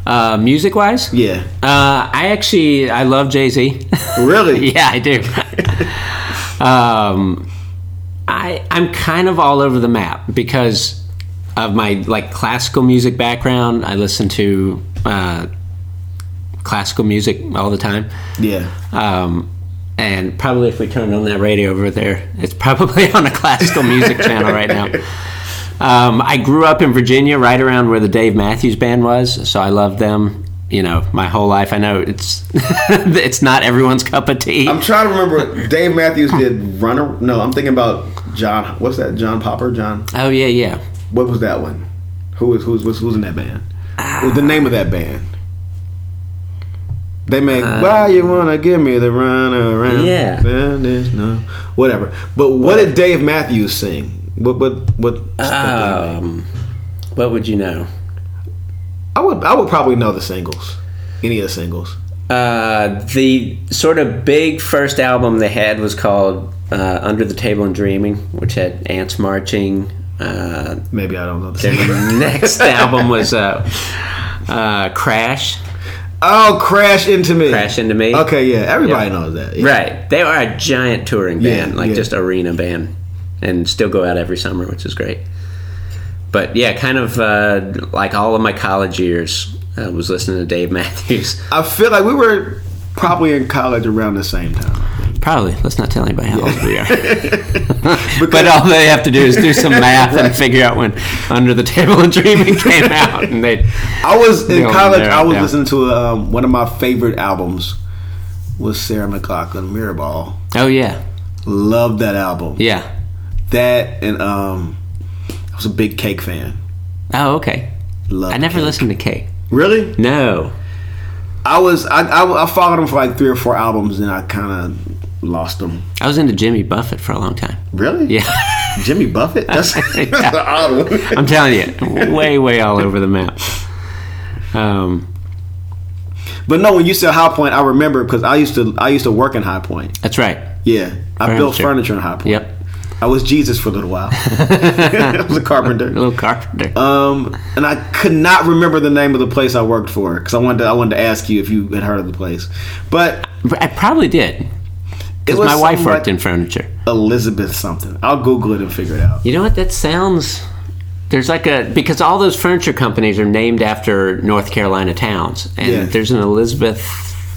S3: Uh, music wise?
S2: Yeah.
S3: Uh, I actually I love
S2: [LAUGHS]
S3: Jay Z.
S2: Really?
S3: [LAUGHS] yeah, I do. um, I I'm kind of all over the map because of my like classical music background. I listen to uh, classical music all the time.
S2: Yeah.
S3: Um, and probably if we turned on that radio over there, it's probably [LAUGHS] on a
S6: [LAUGHS]
S3: classical music channel right now. Um, I grew up in Virginia, right around where the Dave Matthews Band was, so I loved them. You know, my whole life. I know it's [LAUGHS] it's not everyone's cup of tea.
S2: I'm trying to remember. Dave Matthews did Runner. No, I'm thinking about John. What's that? John Popper. John.
S3: oh yeah, yeah.
S2: What was that one? Who was who's who's, who's in that band? What was the name of that band? They make Why You Wanna Give Me the Run Around.
S6: Uh, Yeah.
S2: There's no whatever. But what did Dave Matthews sing? What what what
S6: Um, what would you know?
S2: I would I would probably know the singles. Any of the singles.
S6: Uh, the sort of big first album they had was called uh, Under the Table and Dreaming, which had ants marching. Uh,
S2: Maybe I don't know the
S6: [LAUGHS]
S2: singles.
S3: Their next album was uh, uh, Crash.
S2: Oh, Crash Into Me.
S6: Crash Into Me.
S2: Okay, yeah. Everybody
S6: Yeah.
S2: knows that. Yeah.
S6: Right. They are a giant touring band,
S2: Yeah,
S6: like
S2: yeah.
S6: just arena band, and still go out every summer, which is great. But yeah, kind of uh, like all of my college years, I was listening to Dave Matthews. [LAUGHS]
S2: I feel like we were probably in college around the same time. [LAUGHS] I think.
S3: Probably. Let's not tell anybody how old we are. [LAUGHS] but
S6: uh,
S3: all they have to do
S6: [LAUGHS]
S3: is do some math and figure out when Under the Table and Dreaming [LAUGHS] came out, and they.
S2: I was in
S3: Yeah,
S2: college.
S3: yeah,
S2: I was
S3: yeah.
S2: listening to um, one of my favorite albums was Sarah McLachlan Mirrorball.
S3: Oh yeah,
S2: Loved that album.
S3: yeah.
S2: That and um, I was a big Cake fan.
S3: Oh okay.
S2: Loved
S3: I never
S2: Cake.
S3: listened to Cake.
S2: Really?
S3: No.
S2: I was I, I I followed him for like three or four albums and I kind of lost him.
S3: I was into Jimmy Buffett for a long time. [LAUGHS]
S2: Really?
S3: Yeah.
S2: Jimmy
S3: [LAUGHS]
S2: Buffett. That's, [LAUGHS] that's an odd one.
S3: I'm telling you, way, way all over the map. Um,
S2: But no, when you said High Point, I remember because I used to I used to work in High Point.
S3: that's right.
S2: Yeah, I built furniture
S3: Furniture.
S2: in High Point.
S3: Yep.
S2: I was Jesus for a little
S3: [LAUGHS]
S2: while. [LAUGHS] I was a carpenter.
S3: A little carpenter.
S2: Um, and I could not remember the name of the place I worked for because I wanted to, I wanted to ask you if you had heard of the place, but
S3: But I probably did.
S2: it
S3: Because
S2: was
S3: my wife
S2: something
S3: worked
S2: like
S3: in furniture.
S2: Elizabeth something. I'll Google it and figure it out.
S3: You know what? That sounds. There's like a. Because all those furniture companies are named after North Carolina towns. And
S2: Yeah.
S3: there's an Elizabeth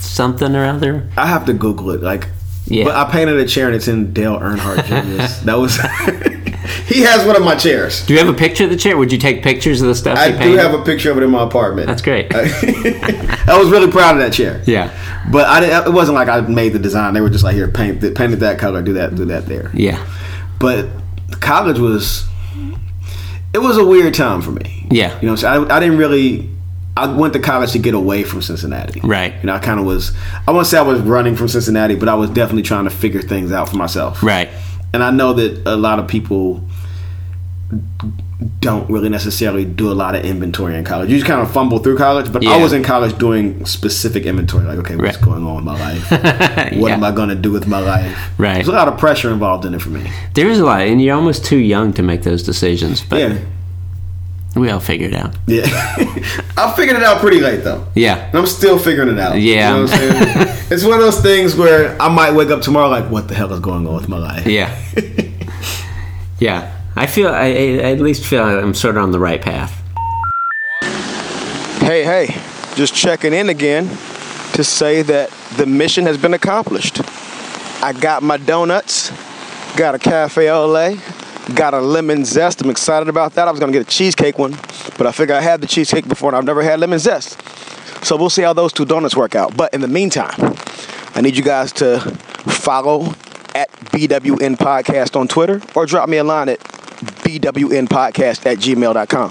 S3: something or other.
S2: I have to Google it. Like,
S3: Yeah.
S2: But I painted a chair and it's in Dale
S3: [LAUGHS]
S2: Earnhardt Jr.'s. that was. [LAUGHS] he has one of my chairs.
S3: Do you have a picture of the chair? Would you take pictures of the stuff
S2: I
S3: you
S2: do
S3: painted?
S2: have a picture of it in my apartment.
S3: That's great.
S2: [LAUGHS] I was really proud of that chair.
S3: yeah.
S2: But I didn't, it wasn't like I made the design. They were just like, here, paint, th- painted that color, do that, do that there.
S3: Yeah.
S2: But college was, it was a weird time for me.
S3: Yeah.
S2: You know, so I, I didn't really. I went to college to get away from Cincinnati.
S3: Right.
S2: You know, I kind of was. I won't say I was running from Cincinnati, but I was definitely trying to figure things out for myself.
S3: Right.
S2: And I know that a lot of people don't really necessarily do a lot of inventory in college. You just kind of fumble through college, but I
S3: Yeah.
S2: was in college doing specific inventory, like, okay, what's
S3: Right.
S2: going on in my
S3: [LAUGHS]
S2: life? what
S3: Yeah.
S2: am I going to do with my life?
S3: Right.
S2: There's a lot of pressure involved in it for me.
S3: There is a lot. And you're almost too young to make those decisions. But
S2: Yeah.
S3: we all figure it out.
S2: Yeah. [LAUGHS] I figured it out pretty late, though.
S3: Yeah.
S2: And I'm still figuring it out.
S3: Yeah.
S2: You know what I'm saying? it's one of those things where I might wake up tomorrow like, what the hell is going on with my life?
S3: Yeah. yeah. I feel, I, I I at least feel I'm sort of on the right path.
S7: Hey, hey, just checking in again to say that the mission has been accomplished. I got my donuts, got a cafe au lait, got a lemon zest. I'm excited about that. I was gonna get a cheesecake one, but I figure I had the cheesecake before and I've never had lemon zest. So we'll see how those two donuts work out. But in the meantime, I need you guys to follow at BWN Podcast on Twitter or drop me a line at BWNpodcast at gmail.com.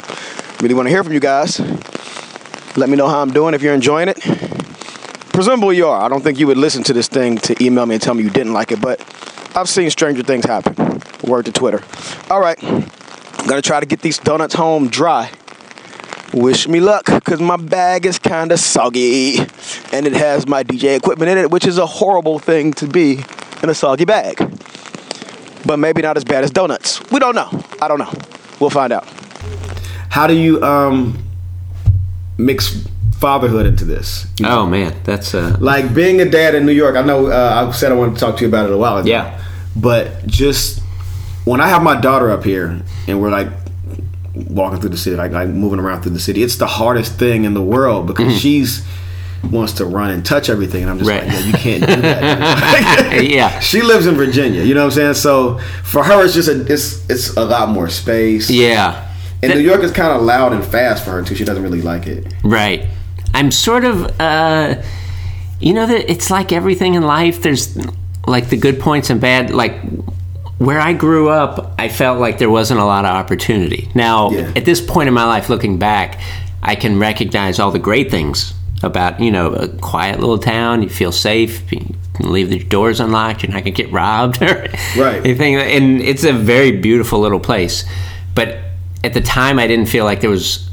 S7: Really want to hear from you guys. Let me know how I'm doing if you're enjoying it. Presumably you are. I don't think you would listen to this thing to email me and tell me you didn't like it, but I've seen stranger things happen. Word to Twitter. All right. I'm going to try to get these donuts home dry. Wish me luck, because my bag is kind of soggy. And it has my DJ equipment in it, which is a horrible thing to be in a soggy bag. But maybe not as bad as donuts. We don't know. I don't know. We'll find out.
S2: How do you um, mix fatherhood into this?
S3: Oh man, that's uh,
S2: Like being a dad in New York, I know uh, I said I wanted to talk to you about it a while ago.
S3: Yeah.
S2: But just when I have my daughter up here and we're like walking through the city, like, like moving around through the city, it's the hardest thing in the world because she's wants to run and touch everything and I'm just
S3: Mm-hmm. Right.
S2: like, yeah, you can't do
S3: [LAUGHS]
S2: that. [LAUGHS]
S3: yeah,
S2: she lives in Virginia. You know what I'm saying? So for her, it's just a it's it's a lot more space.
S3: yeah,
S2: And New York is kind of loud and fast for her too. She doesn't really like it.
S3: right. I'm sort of, uh, you know, that it's like everything in life. There's like the good points and bad. Like where I grew up, I felt like there wasn't a lot of opportunity. Now,
S2: Yeah.
S3: at this point in my life, looking back, I can recognize all the great things about you know a quiet little town. You feel safe. You can leave your doors unlocked. You're not gonna get robbed [LAUGHS] or
S2: Right.
S3: anything. And it's a very beautiful little place. But at the time, I didn't feel like there was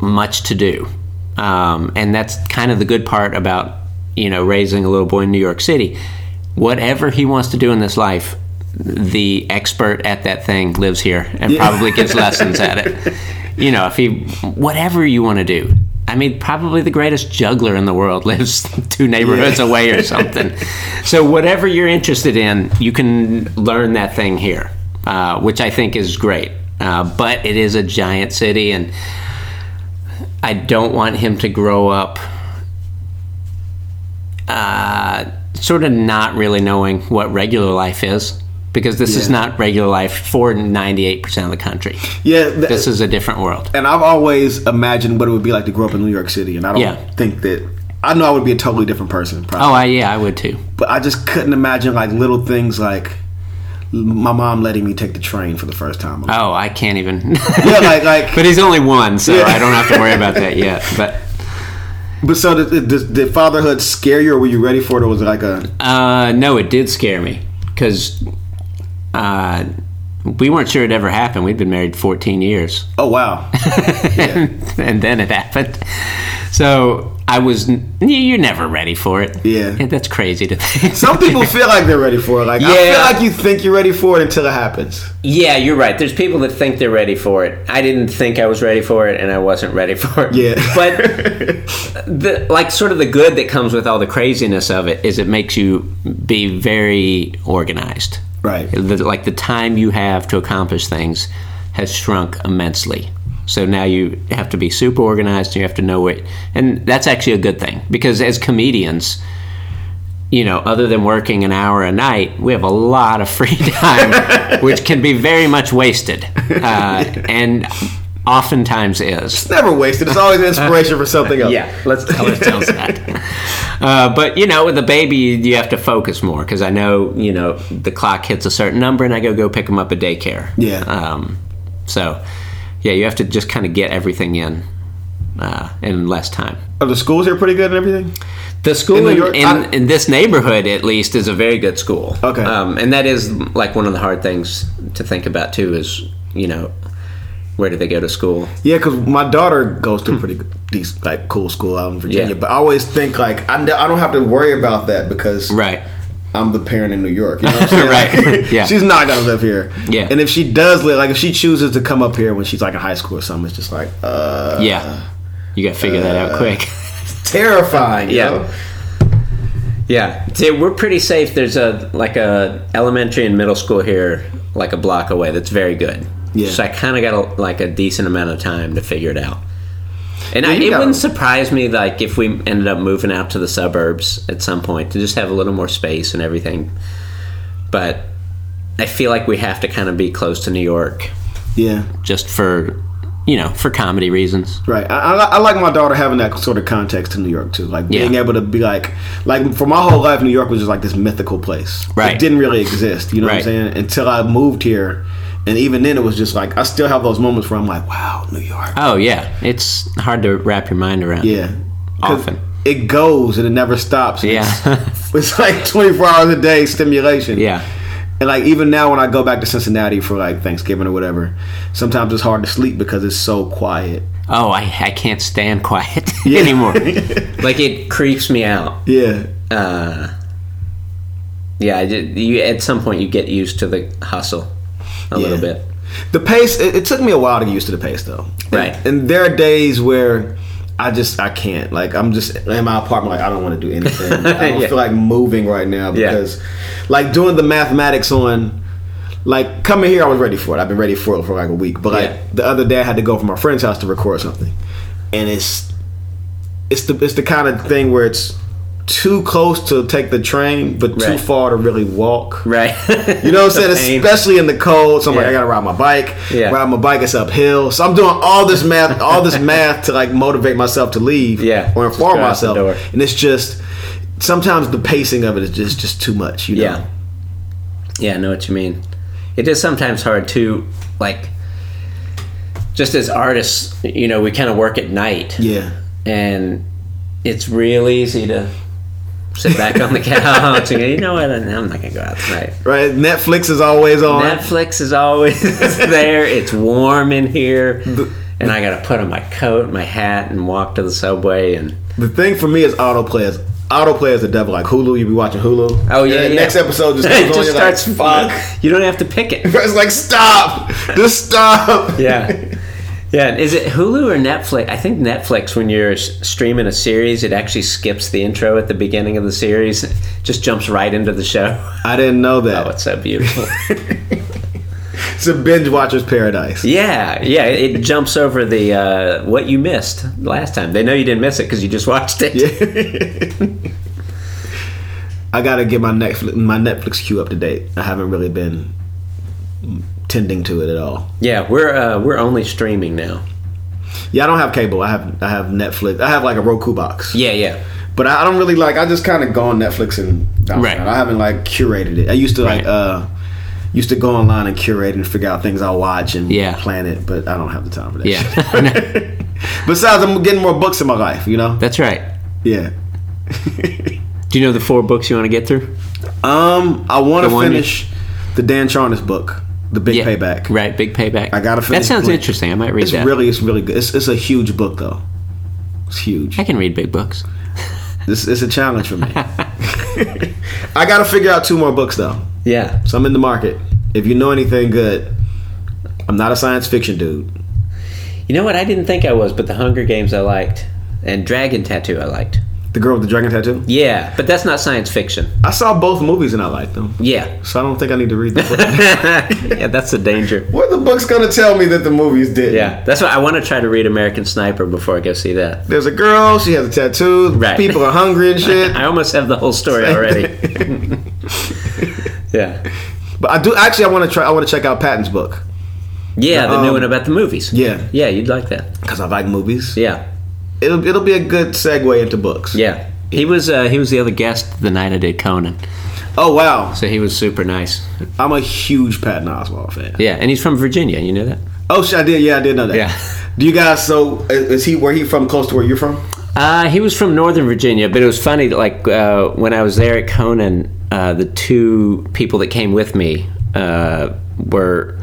S3: much to do. Um, and that's kind of the good part about you know raising a little boy in New York City. Whatever he wants to do in this life, the expert at that thing lives here and probably gives lessons at it. You know, if he whatever you want to do. I mean, probably the greatest juggler in the world lives [LAUGHS] two neighborhoods away or something. so whatever you're interested in, you can learn that thing here, uh, which I think is great. Uh, but it is a giant city, and I don't want him to grow up uh, sort of not really knowing what regular life is because this is
S7: Yeah.
S3: not regular life for 98% of the country.
S7: Yeah, th-
S3: This is a different world.
S7: and I've always imagined what it would be like to grow up in New York City, and I don't
S3: Yeah.
S7: think that I know I would be a totally different person. Probably.
S3: Oh, I, yeah, I would too.
S7: but I just couldn't imagine like little things like my mom letting me take the train for the first time.
S3: Oh, I can't even.
S7: [LAUGHS]
S3: [LAUGHS]
S7: Yeah, like like.
S3: but
S7: But,
S3: he's only one, so
S7: Yeah.
S3: I don't have to worry about that yet. But
S7: so did, did, did fatherhood scare you, or were you ready for it, or was it like a
S3: Uh, no, it did scare me because uh, we weren't sure it ever happened. We'd been married 14 years,
S7: oh wow?
S8: [LAUGHS]
S3: and then it happened. So I was, n- you're never ready for it.
S7: Yeah.
S3: that's crazy to think.
S7: Some [LAUGHS] people feel like they're ready for it. Like I
S3: Yeah.
S7: feel like you think you're ready for it until it happens.
S8: [LAUGHS] Yeah, you're right. There's people that think they're ready for it. I didn't think I was ready for it, and I wasn't ready for it.
S7: Yeah.
S8: [LAUGHS] but
S3: the like sort of the good that comes with all the craziness of it is it makes you be very organized.
S7: Right.
S3: The, like the time you have to accomplish things has shrunk immensely. So now you have to be super organized. You have to know it, and that's actually a good thing because as comedians, you know, other than working an hour a night, we have a lot of free [LAUGHS] time, which can be very much wasted, uh, and oftentimes is.
S7: It's never wasted. It's always an inspiration for something
S3: Oh,
S7: else.
S8: yeah, let's tell it.
S3: Sounds sad. Uh, but you know, with a baby, you have to focus more because I know you know the clock hits a certain number, and I go go pick them up at daycare.
S7: Yeah.
S3: Um, so, yeah, you have to just kind of get everything in uh, in less time.
S7: Are the schools here pretty good and everything?
S3: The school
S7: In
S3: in,
S7: New
S3: in,
S7: York- I-
S3: in this neighborhood, at least, is a very good school.
S7: Okay.
S3: Um, and that is like one of the hard things to think about too is you know where do they go to school?
S7: Yeah, because my daughter goes to a pretty good- decent, like cool school out in Virginia.
S3: Yeah.
S7: But I always think like I, ne- I don't have to worry about that because
S3: Right.
S7: I'm the parent in New York. You know what I'm saying?
S3: [LAUGHS] Right.
S7: Like, [LAUGHS]
S3: Yeah.
S7: She's not gonna live here.
S3: Yeah.
S7: And if she does live, like if she chooses to come up here when she's like in high school or something, it's just like uh,
S3: yeah. You got to figure that out quick.
S7: terrifying. you
S8: Yeah.
S7: know?
S8: Yeah, See, we're pretty safe. There's a like a elementary and middle school here, like a block away. That's very good.
S7: Yeah.
S8: So I kind of got a, like a decent amount of time to figure it out. And I,
S7: you
S8: it
S7: gotta-
S8: wouldn't surprise me like if we ended up moving out to the suburbs at some point to just have a little more space and everything. But I feel like we have to kind of be close to New York
S7: Yeah.
S3: just for you know for comedy reasons.
S7: Right. I, I, li- I like my daughter having that sort of context to New York too. Like being
S3: Yeah.
S7: able to be like, like for my whole life, New York was just like this mythical place.
S3: Right.
S7: It didn't really exist. You know
S3: Right.
S7: what I'm saying? Until I moved here, and even then, it was just like I still have those moments where I'm like, wow, New York.
S3: Oh yeah, it's hard to wrap your mind around.
S7: Yeah. 'Cause
S3: Often.
S7: It goes and it never stops.
S3: Yeah.
S8: [LAUGHS]
S7: It's, it's like 24 hours a day stimulation.
S3: Yeah.
S7: And like even now when I go back to Cincinnati for like Thanksgiving or whatever, sometimes it's hard to sleep because it's so quiet.
S3: Oh, I, I can't
S8: [LAUGHS]
S3: stand quiet
S7: [LAUGHS]
S3: anymore.
S8: like it creeps me out.
S7: Yeah.
S8: Yeah, I ju- you at some point you get used to the hustle a little
S7: Yeah.
S8: bit.
S7: The pace. It, it took me a while to get used to the pace, though.
S8: Right.
S7: And, and there are days where I just I can't. Like I'm just in my apartment. Like I don't want to do
S8: [LAUGHS]
S7: anything. I don't
S8: Yeah.
S7: feel like moving right now
S8: Yeah.
S7: because, like, doing the mathematics on. Like coming here, I was ready for it. I've been ready for it for like a week. But like
S8: Yeah.
S7: the other day, I had to go from my friend's house to record something, and it's it's the it's the kind of thing where it's too close to take the train, but too
S8: Right.
S7: far to really walk.
S8: Right.
S7: [LAUGHS] You know what I'm
S8: The pain.
S7: saying? Especially in the cold. So I'm like,
S8: Yeah.
S7: I gotta ride my bike.
S8: Yeah.
S7: Ride my bike, it's uphill. So I'm doing all this math, all
S8: [LAUGHS]
S7: this math to like motivate myself to leave.
S8: Yeah.
S7: Or inform
S8: Just go out the
S7: myself.
S8: door.
S7: And it's just sometimes the pacing of it is just just too much. You know?
S8: Yeah. Yeah, I know what you mean. It is sometimes hard to like just as artists, you know, we kind of work at night.
S7: Yeah.
S8: And it's real easy to sit back on the [LAUGHS] couch and go, you know what, I'm not going to go out tonight.
S7: Right. Netflix is always on.
S8: Netflix is always [LAUGHS] there. It's warm in here. And I got to put on my coat, my hat, and walk to the subway. And
S7: the thing for me is autoplay is autoplay is the devil. Like Hulu, you be watching Hulu.
S8: oh yeah,
S7: And the
S8: yeah.
S7: Next episode just,
S8: [LAUGHS] it
S7: comes on,
S8: just
S7: you're
S8: starts.
S7: like, fuck. [LAUGHS]
S8: You don't have to pick it.
S7: It's
S8: [LAUGHS]
S7: like stop. Just stop.
S8: yeah yeah and is it hulu or netflix i think netflix when you're s- streaming a series it actually skips the intro at the beginning of the series [LAUGHS] just jumps right into the show [LAUGHS]
S7: I didn't know that.
S8: oh it's so
S7: [LAUGHS]
S8: beautiful
S7: it's a binge watcher's paradise.
S8: yeah yeah it it jumps over the uh, what you missed [LAUGHS] last time they know you didn't miss it because you just watched it
S7: I gotta get my Netflix my Netflix queue up to date. I haven't really been tending to it at all.
S9: Yeah, we're uh, we're only streaming now.
S7: Yeah, I don't have cable. I have I have Netflix. I have like a Roku box.
S9: Yeah, yeah.
S7: But I, I don't really like. I just kind of go on Netflix and bounce
S3: Right.
S7: around. I haven't like curated it. I used to like
S3: Right.
S7: uh used to go online and curate and figure out things I watch and
S3: Yeah.
S7: plan it. But I don't have the time for
S9: [LAUGHS]
S7: that. shit. [LAUGHS]
S3: Yeah,
S7: Besides, I'm getting more books in my life. You know.
S3: that's right.
S7: yeah.
S3: Do you know the four books you want to get through?
S7: Um, I want
S3: The
S7: to
S3: one you-
S7: finish the Dan Charnas book, The Big Payback.
S3: Right, big payback.
S7: I gotta
S3: That
S7: finish
S3: sounds
S7: Blink.
S3: interesting. I might read
S7: It's
S3: that.
S7: really, it's really good. It's, it's a huge book though. It's huge.
S3: I can read big books.
S7: This it's a challenge
S9: [LAUGHS]
S7: for me. [LAUGHS] I gotta figure out two more books though.
S9: Yeah.
S7: So I'm in the market. If you know anything good, I'm not a science fiction dude.
S9: You know what? I didn't think I was, but the Hunger Games I liked, and Dragon Tattoo I liked.
S7: The girl with the dragon tattoo.
S9: Yeah, but that's not science fiction.
S7: I saw both movies and I liked them.
S9: [LAUGHS] Yeah.
S7: So I don't think I need to read the
S9: [LAUGHS]
S7: book.
S9: yeah, that's the danger.
S7: what the book's gonna tell me that the movies did?
S9: Yeah, that's what I want to try to read American Sniper before I go see that.
S7: There's a girl. She has a tattoo.
S9: Right.
S7: People are hungry and
S9: [LAUGHS]
S7: shit.
S9: I almost have the whole story
S7: [LAUGHS]
S9: already. yeah.
S7: But I do actually. I want to try. I want to check out Patton's book
S9: Yeah, the
S7: Um,
S9: new one about the movies.
S7: yeah.
S9: Yeah, you'd like that.
S7: because I like movies.
S9: Yeah.
S7: It'll it'll be a good segue into books.
S9: Yeah.
S3: He was uh, he was the other guest the night I did Conan,
S7: Oh wow,
S3: so he was super nice.
S7: I'm a huge Patton Oswald fan.
S3: Yeah, and he's from Virginia. You know that?
S7: Oh shit, I did. Yeah, I did know that.
S3: Yeah.
S7: Do you guys? So is is he where he from? Close to where you're from?
S3: Uh, he was from Northern Virginia, but it was funny. that, Like uh, when I was there at Conan, uh, the two people that came with me uh, were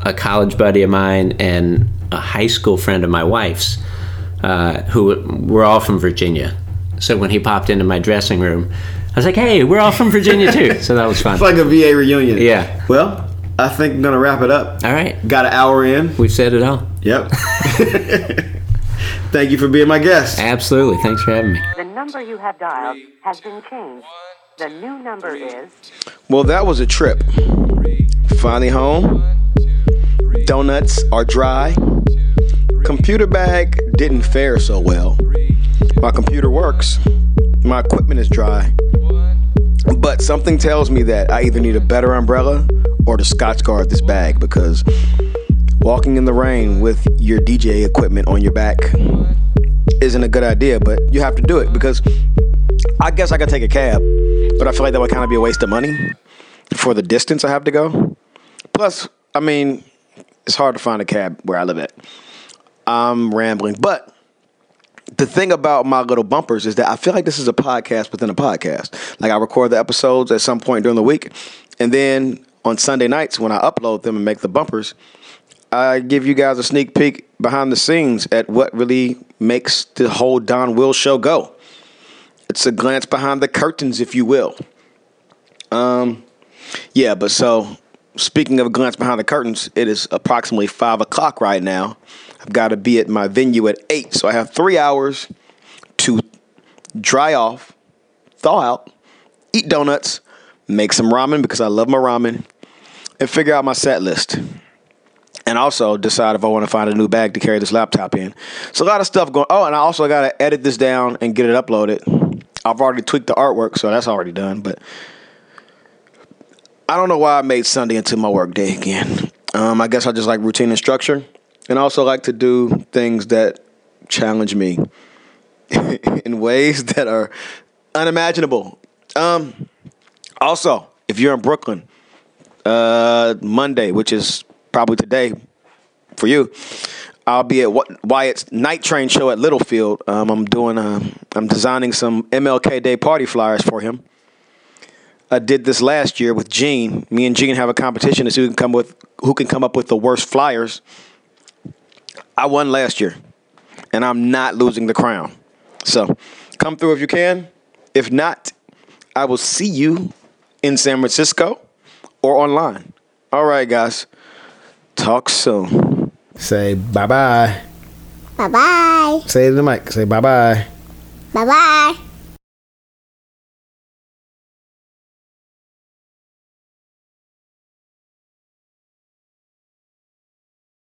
S3: a college buddy of mine and a high school friend of my wife's, uh, who were all from Virginia. So when he popped into my dressing room, I was like, "Hey, we're all from Virginia
S7: [LAUGHS]
S3: too." So that was fun.
S7: It's like a VA reunion.
S3: Yeah.
S7: Well, I think I'm gonna wrap it up.
S3: all right,
S7: Got an hour in.
S3: we've said it all.
S7: Yep. [LAUGHS] Thank you for being my guest.
S3: Absolutely. Thanks for having me.
S1: The number you have dialed has been changed. The new number is
S2: Well, that was a trip. Finally home. Donuts are dry. Computer bag didn't fare so well. My computer works. My equipment is dry. But something tells me that I either need a better umbrella or to scotch guard this bag because walking in the rain with your DJ equipment on your back isn't a good idea, but you have to do it because I guess I could take a cab, but I feel like that would kind of be a waste of money for the distance I have to go. Plus, I mean, it's hard to find a cab where I live at. I'm rambling, but the thing about my little bumpers is that I feel like this is a podcast within a podcast. Like I record the episodes at some point during the week, and then on Sunday nights when I upload them and make the bumpers, I give you guys a sneak peek behind the scenes at what really makes the whole Don Will show go. It's a glance behind the curtains, if you will. Um, yeah, but so speaking of a glance behind the curtains, it is approximately five o'clock right now. I've got to be at my venue at eight, so I have three hours to dry off, thaw out, eat donuts, make some ramen because I love my ramen, and figure out my set list. And also decide if I want to find a new bag to carry this laptop in. So a lot of stuff going. Oh, and I also got to edit this down and get it uploaded. I've already tweaked the artwork, so that's already done. But I don't know why I made Sunday into my work day again. Um, I guess I just like routine and structure, and I also like to do things that challenge me [LAUGHS] in ways that are unimaginable. Um, also, if you're in Brooklyn, uh, Monday, which is probably today for you, I'll be at Wy- Wyatt's Night Train show at Littlefield. Um, I'm doing, uh, I'm designing some MLK Day party flyers for him. I did this last year with Gene. Me and Gene have a competition to see who can come with who can come up with the worst flyers. I won last year, and I'm not losing the crown. So, come through if you can. If not, I will see you in San Francisco or online. All right, guys. Talk soon.
S7: Say bye bye.
S10: Bye bye.
S7: Say it in the mic. Say bye bye.
S10: Bye bye.